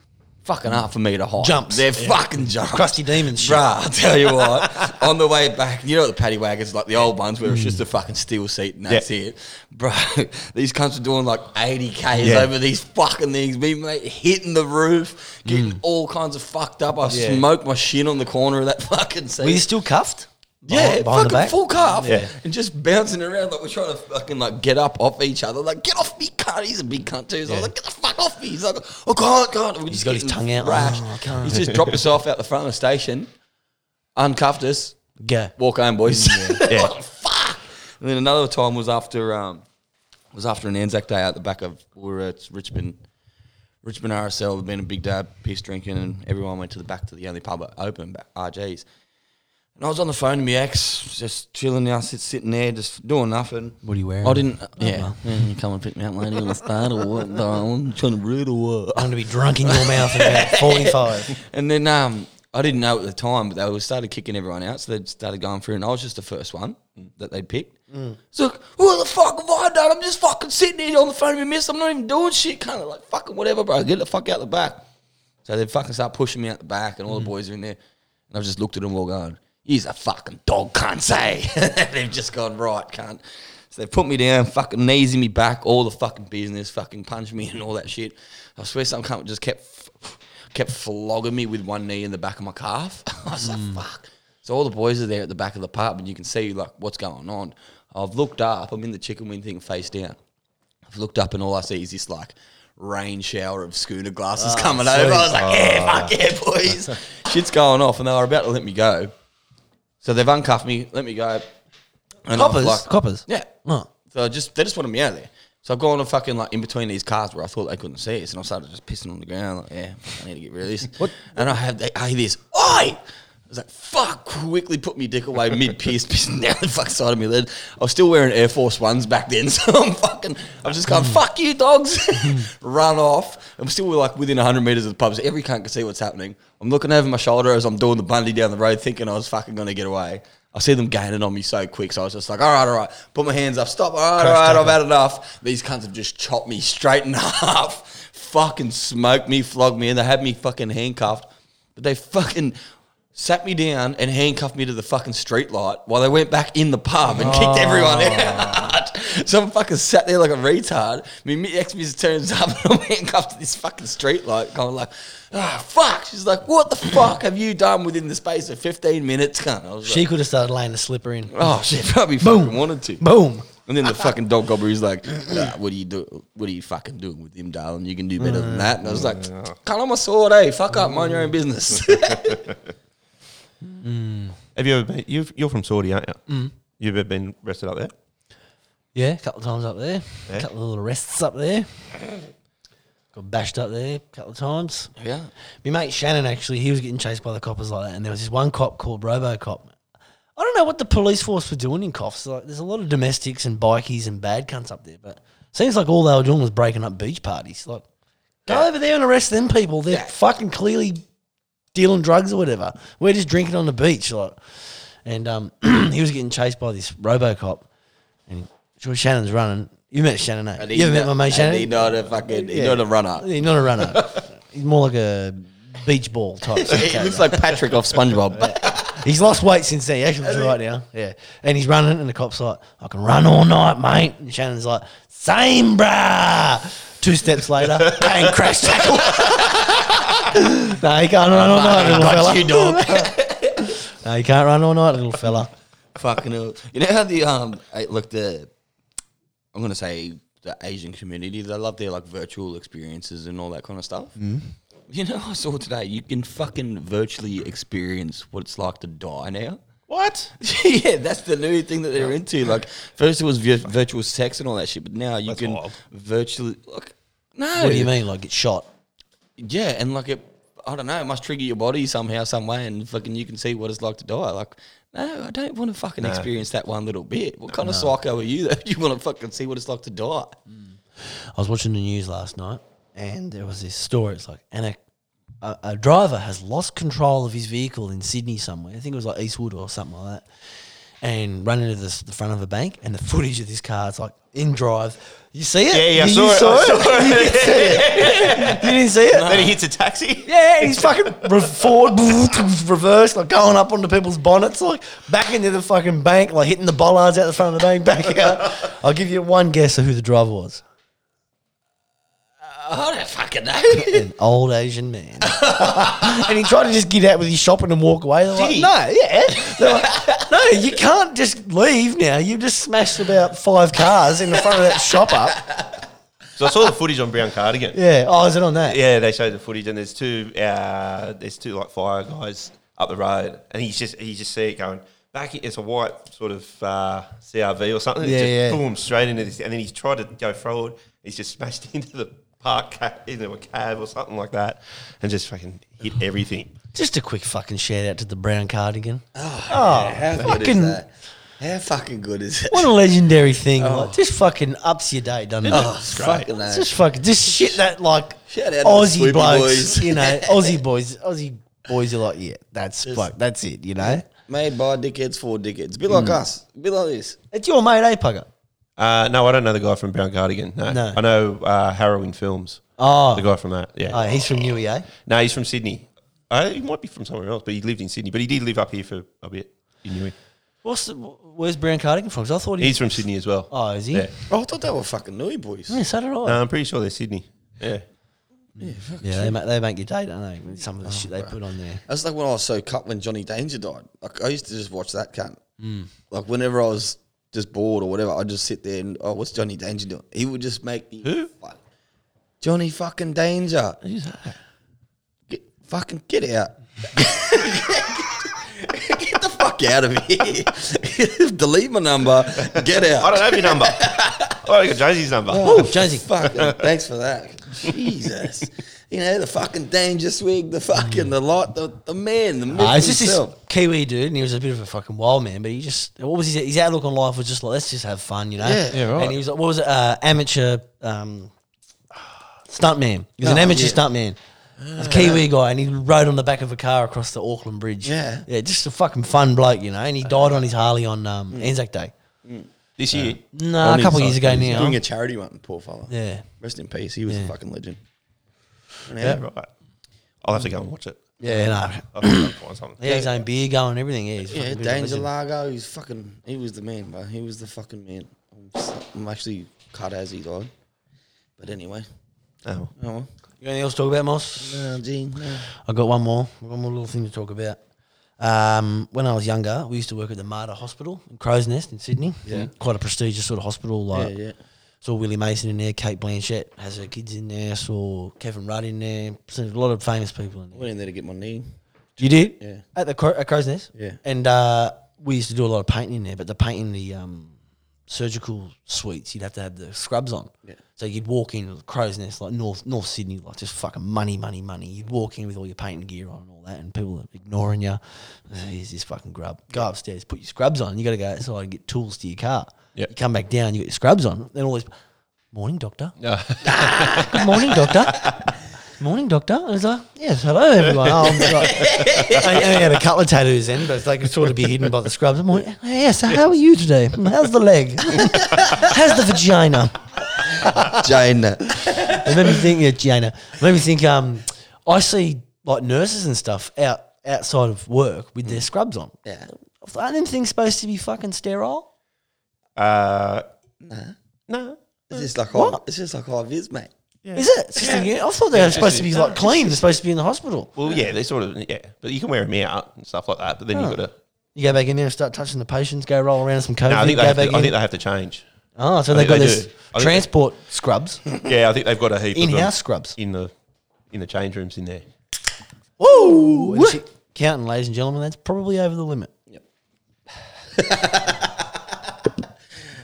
Speaker 1: fucking half a meter high.
Speaker 3: Jumps.
Speaker 1: They're fucking jumps.
Speaker 3: Crusty demon shit.
Speaker 1: Bruh, I tell you what, on the way back, you know the paddy wagons, like the old ones where it's just a fucking steel seat and that's
Speaker 4: Mm. Yeah.
Speaker 1: it. Bruh, these cunts were doing like 80 Ks
Speaker 4: Yeah.
Speaker 1: over these fucking things. Me, mate, hitting the roof, getting all kinds of fucked up. I
Speaker 4: Mm. Yeah.
Speaker 1: smoked my shin on the corner of that fucking seat.
Speaker 3: Were you still cuffed?
Speaker 1: yeah,
Speaker 3: Behind- behind the
Speaker 1: fucking
Speaker 3: back?
Speaker 1: full calf,
Speaker 4: Yeah.
Speaker 1: and just bouncing around like we're trying to fucking like get up off each other. Like, get off me, cunt! He's a big cunt too. So I was like, get the fuck off me! He's like, oh can't, can't. We're just
Speaker 3: got his
Speaker 1: getting
Speaker 3: tongue out,
Speaker 1: thrashed.
Speaker 3: "Oh, I can't."
Speaker 1: He's just dropped himself out the front of the station, uncuffed us,
Speaker 3: Yeah.
Speaker 1: walk home, boys.
Speaker 4: Yeah.
Speaker 1: Oh, fuck. And then another time was after um was after an Anzac Day out the back of we were at Richmond. Richmond RSL had been a big day, piss drinking, and everyone went to the back to the only pub open, but RG's. And I was on the phone to my ex, just chilling now, sit, sitting there, just doing nothing.
Speaker 3: What are you wearing?
Speaker 1: I didn't. yeah,
Speaker 3: well.
Speaker 1: yeah, you come and pick me up later on the start or what? No, I'm trying to read or what?
Speaker 3: I'm going to be drunk in your mouth in about 45.
Speaker 1: And then um, I didn't know at the time, but they were started kicking everyone out, so they started going through, and I was just the first one that they picked. So like, what the fuck have I done? I'm just fucking sitting here on the phone with miss. I'm not even doing shit. Kind of like fucking whatever, bro. Get the fuck out the back. So they fucking start pushing me out the back, and all the boys are in there, and I've just looked at them all going, "He's a fucking dog, can't say." They've just gone right, cunt. So they put me down, fucking knees in me back, all the fucking business, fucking punched me and all that shit. I swear, some cunt just kept kept flogging me with one knee in the back of my calf. I was
Speaker 3: Hmm.
Speaker 1: like, fuck. So all the boys are there at the back of the pub, and you can see like what's going on. I've looked up. I'm in the chicken wing thing face down. I've looked up, and all I see is this like rain shower of schooner
Speaker 3: Ah,
Speaker 1: glasses coming over. I was like, yeah, fuck yeah, boys. Shit's going off, and they were about to let me go. So they've uncuffed me, let me go. And I was
Speaker 3: Coppers?
Speaker 1: like-
Speaker 3: Coppers?
Speaker 1: Yeah.
Speaker 3: Oh.
Speaker 1: So I just they just wanted me out of there. So I've gone and fucking like in between these cars where I thought they couldn't see us, and I started just pissing on the ground. Like, yeah, I need to get rid of this. What? And I have I hear this, oi! I was like, fuck! Quickly put me dick away mid piss, pissing down the fuck side of me lid. I was still wearing Air Force Ones back then, so I'm fucking. i was just going, fuck you, dogs! Run off. I'm still like within 100 meters of the pub, so every cunt can see what's happening. I'm looking over my shoulder as I'm doing the bundy down the road, thinking I was fucking gonna get away. I see them gaining on me so quick, so I was just like, all right, all right, put my hands up, stop, all right, all right, I've had enough. These cunts have just chopped me straight in half, fucking smoked me, flogged me, and they had me fucking handcuffed. But they fucking sat me down and handcuffed me to the fucking streetlight while they went back in the pub and kicked everyone out. So I'm fucking sat there like a retard. I mean, ex missus turns up and I'm handcuffed to this fucking streetlight, going like, ah, fuck. She's like, what the fuck have you done within the space of 15 minutes, cunt? I was like,
Speaker 3: She could have started laying the slipper in.
Speaker 1: Oh, she probably fucking wanted to.
Speaker 3: Boom.
Speaker 1: And then the fucking dog gobbler is like, nah, what are you do? What are you fucking doing with him, darling? You can do better than that. And I was like, cut on my sword, eh? Fuck up, mind your own business.
Speaker 4: Have you ever been? You've, you're from Saudi, aren't you? Mm. You've ever been arrested up there?
Speaker 3: Yeah, a couple of times up there.
Speaker 4: Yeah.
Speaker 3: A couple of little rests up there. Got bashed up there a couple of times.
Speaker 1: yeah.
Speaker 3: My mate Shannon actually, he was getting chased by the coppers like that, and there was this one cop called RoboCop. I don't know what the police force were doing in cops. Like, there's a lot of domestics and bikies and bad cunts up there, but seems like all they were doing was breaking up beach parties. Like, Go over there and arrest them people. They're fucking clearly dealing drugs or whatever. We're just drinking on the beach, like. And um, he was getting chased by this RoboCop, and sure Shannon's running. You met Shannon, eh?
Speaker 1: And he
Speaker 3: You ever met my
Speaker 1: not-
Speaker 3: mate Shannon?
Speaker 1: And he not a fucking, he not a runner.
Speaker 3: He's not a runner. He's more like a beach ball type. sort of
Speaker 1: He
Speaker 3: character.
Speaker 1: looks like Patrick off SpongeBob.
Speaker 3: He's lost weight since then. He actually looks right now. Yeah. And he's running, and the cop's like, I can run all night, mate. And Shannon's like, same, bruh. Two steps later, bang, crash tackle. no, he can't run all night, little fella.
Speaker 1: you, dog.
Speaker 3: no, he can't run all night, little fella.
Speaker 1: Fucking hell. You know how the um I- like the I'm gonna say the Asian community, they love their like virtual experiences and all that kind of stuff. Mm. You know, I saw today you can fucking virtually experience what it's like to die now.
Speaker 4: What?
Speaker 1: yeah, that's the new thing that they're into. Like, first it was vir- virtual sex and all that shit, but now you can
Speaker 4: wild.
Speaker 1: virtually like no.
Speaker 3: What do you mean, like, get shot?
Speaker 1: Yeah, and like it, I don't know, it must trigger your body somehow, some way, and fucking you can see what it's like to die. Like, no, I don't want to fucking experience that one little bit. What kind of psycho are you that you want to fucking see what it's like to die?
Speaker 3: I was watching the news last night, and there was this story. It's like, and a, a, a driver has lost control of his vehicle in Sydney somewhere. I think it was like Eastwood or something like that, and run into this, the front of a bank. And the footage of this car, it's like in drive. You see it?
Speaker 4: Yeah, yeah, I
Speaker 3: you,
Speaker 4: saw
Speaker 3: you
Speaker 4: it, I saw it.
Speaker 3: you didn't see it. You didn't see it.
Speaker 4: Then he hits a taxi.
Speaker 3: Yeah, he's fucking re- forward, reverse, like going up onto people's bonnets, like back into the fucking bank, like hitting the bollards out the front of the bank, back out. I'll give you one guess of who the driver was.
Speaker 1: I don't fucking know.
Speaker 3: an old Asian man. and he tried to just get out with his shopping and walk away. They're like,
Speaker 1: he?
Speaker 3: no, yeah. They're like, no, you can't just leave now. You've just smashed about five cars in the front of that shop up.
Speaker 4: So I saw the footage on Brown Cardigan.
Speaker 3: Yeah. Oh, is it on that?
Speaker 4: Yeah, they showed the footage, and there's two, uh, there's two like fire guys up the road, and he's just he just see it going back. It's a white sort of uh, CRV or something.
Speaker 3: Yeah,
Speaker 4: it
Speaker 3: yeah.
Speaker 4: just boom straight into this, and then he's tried to go forward. He's just smashed into the park ca- into a cab or something like that, and just fucking hit everything.
Speaker 3: Just a quick fucking shout out to the brown cardigan.
Speaker 1: How good
Speaker 3: fucking-
Speaker 1: is that? How fucking good is it?
Speaker 3: What a legendary thing. Like, just fucking ups your day, doesn't it?
Speaker 1: Oh, fucking
Speaker 3: It's
Speaker 1: hell.
Speaker 3: just fucking just shit that like
Speaker 1: Shout out to the
Speaker 3: Aussie
Speaker 1: swoopy
Speaker 3: blokes,
Speaker 1: boys.
Speaker 3: you know, Aussie boys, Aussie boys are like, yeah, that's fuck, that's it, you know.
Speaker 1: Made by dickheads for dickheads. Be
Speaker 3: Mm.
Speaker 1: like us. Be like this.
Speaker 3: It's your mate, eh, Pugger?
Speaker 4: Uh, no, I don't know the guy from Brown Cardigan. No,
Speaker 3: No.
Speaker 4: I know uh, Harrowing Films.
Speaker 3: Oh.
Speaker 4: the guy from that. Yeah,
Speaker 3: Oh, he's from Newey, eh?
Speaker 4: no, he's from Sydney. Uh, he might be from somewhere else, but he lived in Sydney. But he did live up here for a bit. He knew him.
Speaker 3: What's the, where's Brown Cardigan from? 'Cause I thought he,
Speaker 4: He's from Sydney as well.
Speaker 3: Oh, is he?
Speaker 4: Yeah.
Speaker 1: Oh, I thought they were fucking new boys.
Speaker 3: Yeah, so did I.
Speaker 4: No, I'm pretty sure they're Sydney. Yeah.
Speaker 3: yeah, they make, they make your day, don't they? with Some of the shit they put on there.
Speaker 1: That's like when I was so cut when Johnny Danger died. Like I used to just watch that cunt. Like whenever I was just bored or whatever, I'd just sit there and oh, what's Johnny Danger doing? He would just make me
Speaker 4: Who?
Speaker 1: fuck- Johnny fucking Danger. Who's that? Get, fucking get out. get the fuck out of here. Delete my number. Get
Speaker 4: I
Speaker 1: out.
Speaker 4: don't have your number. Oh, I got Josie's number.
Speaker 3: Oh, Jonesy.
Speaker 1: Fucking thanks for that. Jesus. You know, the fucking danger swig, the fucking the light, the, the man, the myth
Speaker 3: Uh, it's just this
Speaker 1: himself.
Speaker 3: Kiwi dude, and he was a bit of a fucking wild man, but he just, what was his, his outlook on life was just like, let's just have fun, you know?
Speaker 1: Yeah. Yeah,
Speaker 3: right. And he was like, what was it, uh, amateur um, stuntman. He was an
Speaker 1: Oh,
Speaker 3: amateur
Speaker 1: yeah. Ah.
Speaker 3: stuntman. A Kiwi guy, and he rode on the back of a car across the Auckland Bridge.
Speaker 1: Yeah.
Speaker 3: Yeah, just a fucking fun bloke, you know? And he died on his Harley on um,
Speaker 1: Hmm.
Speaker 3: Anzac Day.
Speaker 4: This year.
Speaker 3: No, a couple years ago now.
Speaker 1: Doing a charity one, poor fella.
Speaker 3: Yeah.
Speaker 1: Rest in peace. He was
Speaker 3: Yeah.
Speaker 1: a fucking legend.
Speaker 4: Yeah, right. I'll have to go and watch it.
Speaker 3: Yeah, no.
Speaker 4: I'll have to go and find something.
Speaker 3: He had his own beer going and everything. Yeah, he's fucking
Speaker 1: Yeah,
Speaker 3: a bit of a
Speaker 1: Danger
Speaker 3: legend.
Speaker 1: Largo, he's fucking he was the man, bro. He was the fucking man. I'm, s- I'm actually cut as he died. But anyway.
Speaker 4: Oh.
Speaker 1: Oh well.
Speaker 3: You got anything else to talk about, Moss?
Speaker 1: No, gee, no.
Speaker 3: I got one more. One more little thing to talk about. Um, when I was younger, we used to work at the Mater Hospital in Crow's Nest in Sydney. Mm-hmm.
Speaker 1: Yeah.
Speaker 3: Quite a prestigious sort of hospital.
Speaker 1: Yeah,
Speaker 3: Like,
Speaker 1: yeah.
Speaker 3: Saw Willie Mason in there, Kate Blanchett has her kids in there, saw Kevin Rudd in there, seen a lot of famous people in there.
Speaker 1: Went in there to get my knee.
Speaker 3: You did?
Speaker 1: Yeah.
Speaker 3: At the Cro- at Crow's Nest?
Speaker 1: Yeah.
Speaker 3: And uh, we used to do a lot of painting in there, but the painting, the um, surgical suites, you'd have to have the scrubs on.
Speaker 1: Yeah.
Speaker 3: So you'd walk in with Crow's Nest, like North North Sydney, like just fucking money, money, money. You'd walk in with all your painting gear on and all that, and people are ignoring you. Here's this fucking grub. Go upstairs, put your scrubs on. You got to go outside and get tools to your car.
Speaker 4: Yeah.
Speaker 3: You come back down, you got your scrubs on. Then all these, morning, doctor.
Speaker 4: No.
Speaker 3: morning, doctor. Morning, doctor. I was like, yes, hello, everyone. Oh, I'm sorry. I only had a couple of tattoos in, but they could sort of be hidden by the scrubs. Morning. Yes, how are you today? How's the leg? How's the vagina?
Speaker 1: Jane.
Speaker 3: It made me think, yeah, Gianna. It made me think. Um, I see like nurses and stuff out outside of work with their scrubs on.
Speaker 1: Yeah.
Speaker 3: Aren't them things supposed to be fucking sterile?
Speaker 4: Uh,
Speaker 1: Nah.
Speaker 4: no.
Speaker 1: It's just like high, it's just like high viz, mate.
Speaker 3: Is it? It's just a unit. I thought they were supposed to be like clean. They're supposed to be in the hospital.
Speaker 4: Well, yeah, they sort of yeah, but you can wear them out and stuff like that. But then you got to.
Speaker 3: You go back in there and start touching the patients. Go roll around some COVID.
Speaker 4: No, I think they
Speaker 3: go
Speaker 4: have
Speaker 3: back
Speaker 4: to, I
Speaker 3: in.
Speaker 4: think they have to change.
Speaker 3: oh, so
Speaker 4: I
Speaker 3: they've
Speaker 4: think
Speaker 3: got
Speaker 4: they
Speaker 3: this
Speaker 4: do. I think-
Speaker 3: transport scrubs,
Speaker 4: Yeah, I think they've got a heap of them
Speaker 3: in-house scrubs.
Speaker 4: in the in the change rooms in there.
Speaker 3: Woo! And she- Counting, ladies and gentlemen, that's probably over the limit.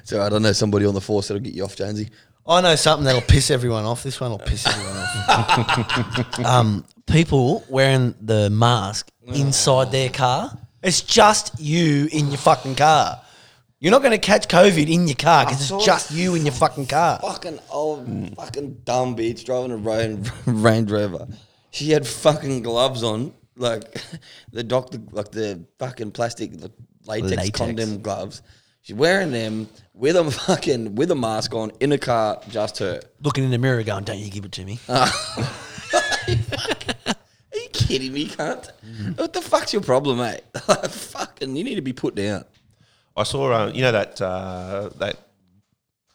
Speaker 1: So I don't know somebody on the force that'll get you off, Jonesy.
Speaker 3: I know something that'll piss everyone off. This one will piss everyone off. um, people wearing the mask inside their car. It's just you in your fucking car. You're not going to catch COVID in your car because
Speaker 1: saw
Speaker 3: it's just you in your fucking car.
Speaker 1: Fucking old, fucking dumb bitch driving a Range, Range Rover. She had fucking gloves on, like the doctor, like the fucking plastic the latex,
Speaker 3: Latex.
Speaker 1: condom gloves. She's wearing them with a fucking with a mask on in a car, just her.
Speaker 3: Looking in the mirror, going, "Don't you give it to me?"
Speaker 1: Are you kidding me, cunt? What the fuck's your problem, mate? fucking, you need to be put down.
Speaker 4: I saw, um, you know, that uh, that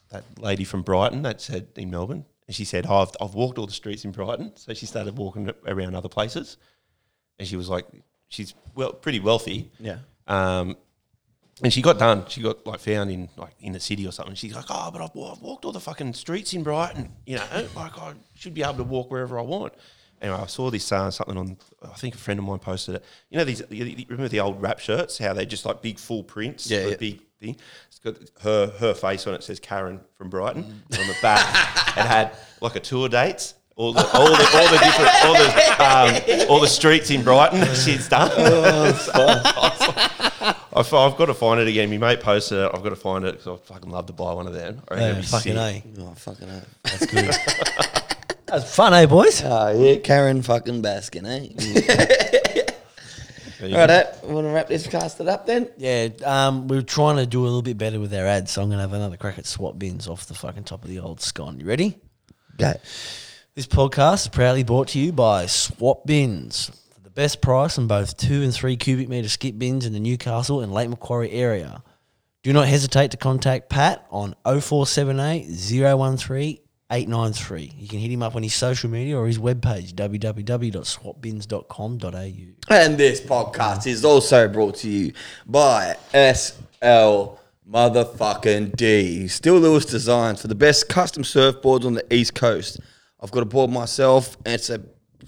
Speaker 4: that lady from Brighton that said in Melbourne, and she said, oh, "I've I've walked all the streets in Brighton." So she started walking around other places, and she was like, "She's well, pretty wealthy."
Speaker 1: Yeah.
Speaker 4: Um, and she got done. She got like found in like in the city or something. She's like, "Oh, but I've, wa- I've walked all the fucking streets in Brighton. You know, like I should be able to walk wherever I want." Anyway, I saw this uh, something on. I think a friend of mine posted it. You know these. You, you remember the old rap shirts? How they're just like big full prints.
Speaker 1: Yeah,
Speaker 4: the
Speaker 1: yeah.
Speaker 4: Big thing. It's got her her face on it. Says Karen from Brighton on the back. it had like a tour dates. All the, all the all the different all the um, all the streets in Brighton. that She's done.
Speaker 1: Oh,
Speaker 4: I've, I've got to find it again. My mate posted it. I've got to find it because I fucking love to buy one of them. I reckon
Speaker 3: Yeah,
Speaker 4: it'd be
Speaker 3: fucking
Speaker 4: sick.
Speaker 3: a.
Speaker 1: Oh, fucking hell.
Speaker 3: That's fun, eh, boys?
Speaker 1: Oh, yeah, Karen fucking Baskin, eh?
Speaker 4: There you
Speaker 1: All right,
Speaker 4: go.
Speaker 1: eh? want to wrap this cast it up then?
Speaker 3: Yeah, um, we were trying to do a little bit better with our ads, so I'm going to have another crack at swap bins off the fucking top of the old scone. You ready?
Speaker 1: Okay.
Speaker 3: This podcast is proudly brought to you by Swap Bins. For the best price on both two and three cubic metre skip bins in the Newcastle and Lake Macquarie area. Do not hesitate to contact Pat on 0478 013 893. You can hit him up on his social media or his webpage, www.swapbins.com.au.
Speaker 1: And this podcast is also brought to you by SL motherfucking D. Still Lewis Designs for the best custom surfboards on the East Coast. I've got a board myself, and it's a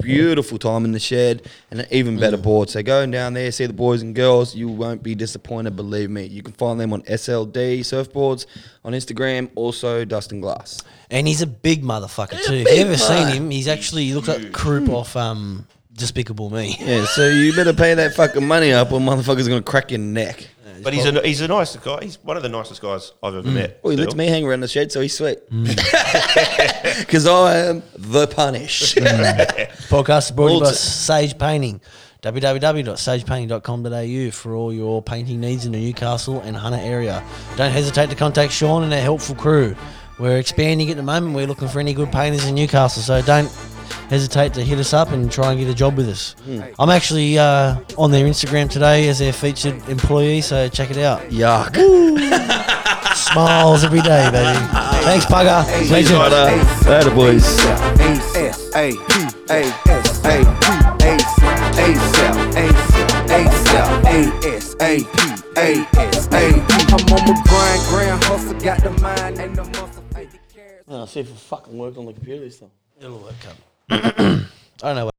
Speaker 1: beautiful time in the shed and an even better board. So go down there, see the boys and girls. You won't be disappointed, believe me. You can find them on SLD Surfboards on Instagram, also Dustin Glass.
Speaker 3: And he's a big motherfucker too. If you ever seen him, he's actually he looks like Croup off um, Despicable Me.
Speaker 1: Yeah, so you better pay that fucking money up or motherfucker's gonna crack your neck.
Speaker 4: But he's a he's a nice guy. He's one of the nicest guys I've
Speaker 3: Hmm.
Speaker 4: ever met.
Speaker 1: Well, he
Speaker 4: still.
Speaker 1: lets me hang around the shed, so he's sweet. Because I am the punish. Mm.
Speaker 3: Podcast is brought to you by
Speaker 1: Also-
Speaker 3: Sage Painting. www.sagepainting.com.au for all your painting needs in the Newcastle and Hunter area. Don't hesitate to contact Sean and our helpful crew. We're expanding at the moment. We're looking for any good painters in Newcastle, so don't hesitate to hit us up and try and get a job with us. I'm actually uh, on their Instagram today as their featured employee, so check it out.
Speaker 1: Yuck.
Speaker 3: Smiles every day, baby. Thanks, bugger. Legend.
Speaker 1: Later, boys.
Speaker 5: I'm on my grind, grind hustle, got the mind, ain't no muscle, ain't the cares.
Speaker 1: I'll see if I fucking work on the computer this time.
Speaker 3: It'll work out. I don't know.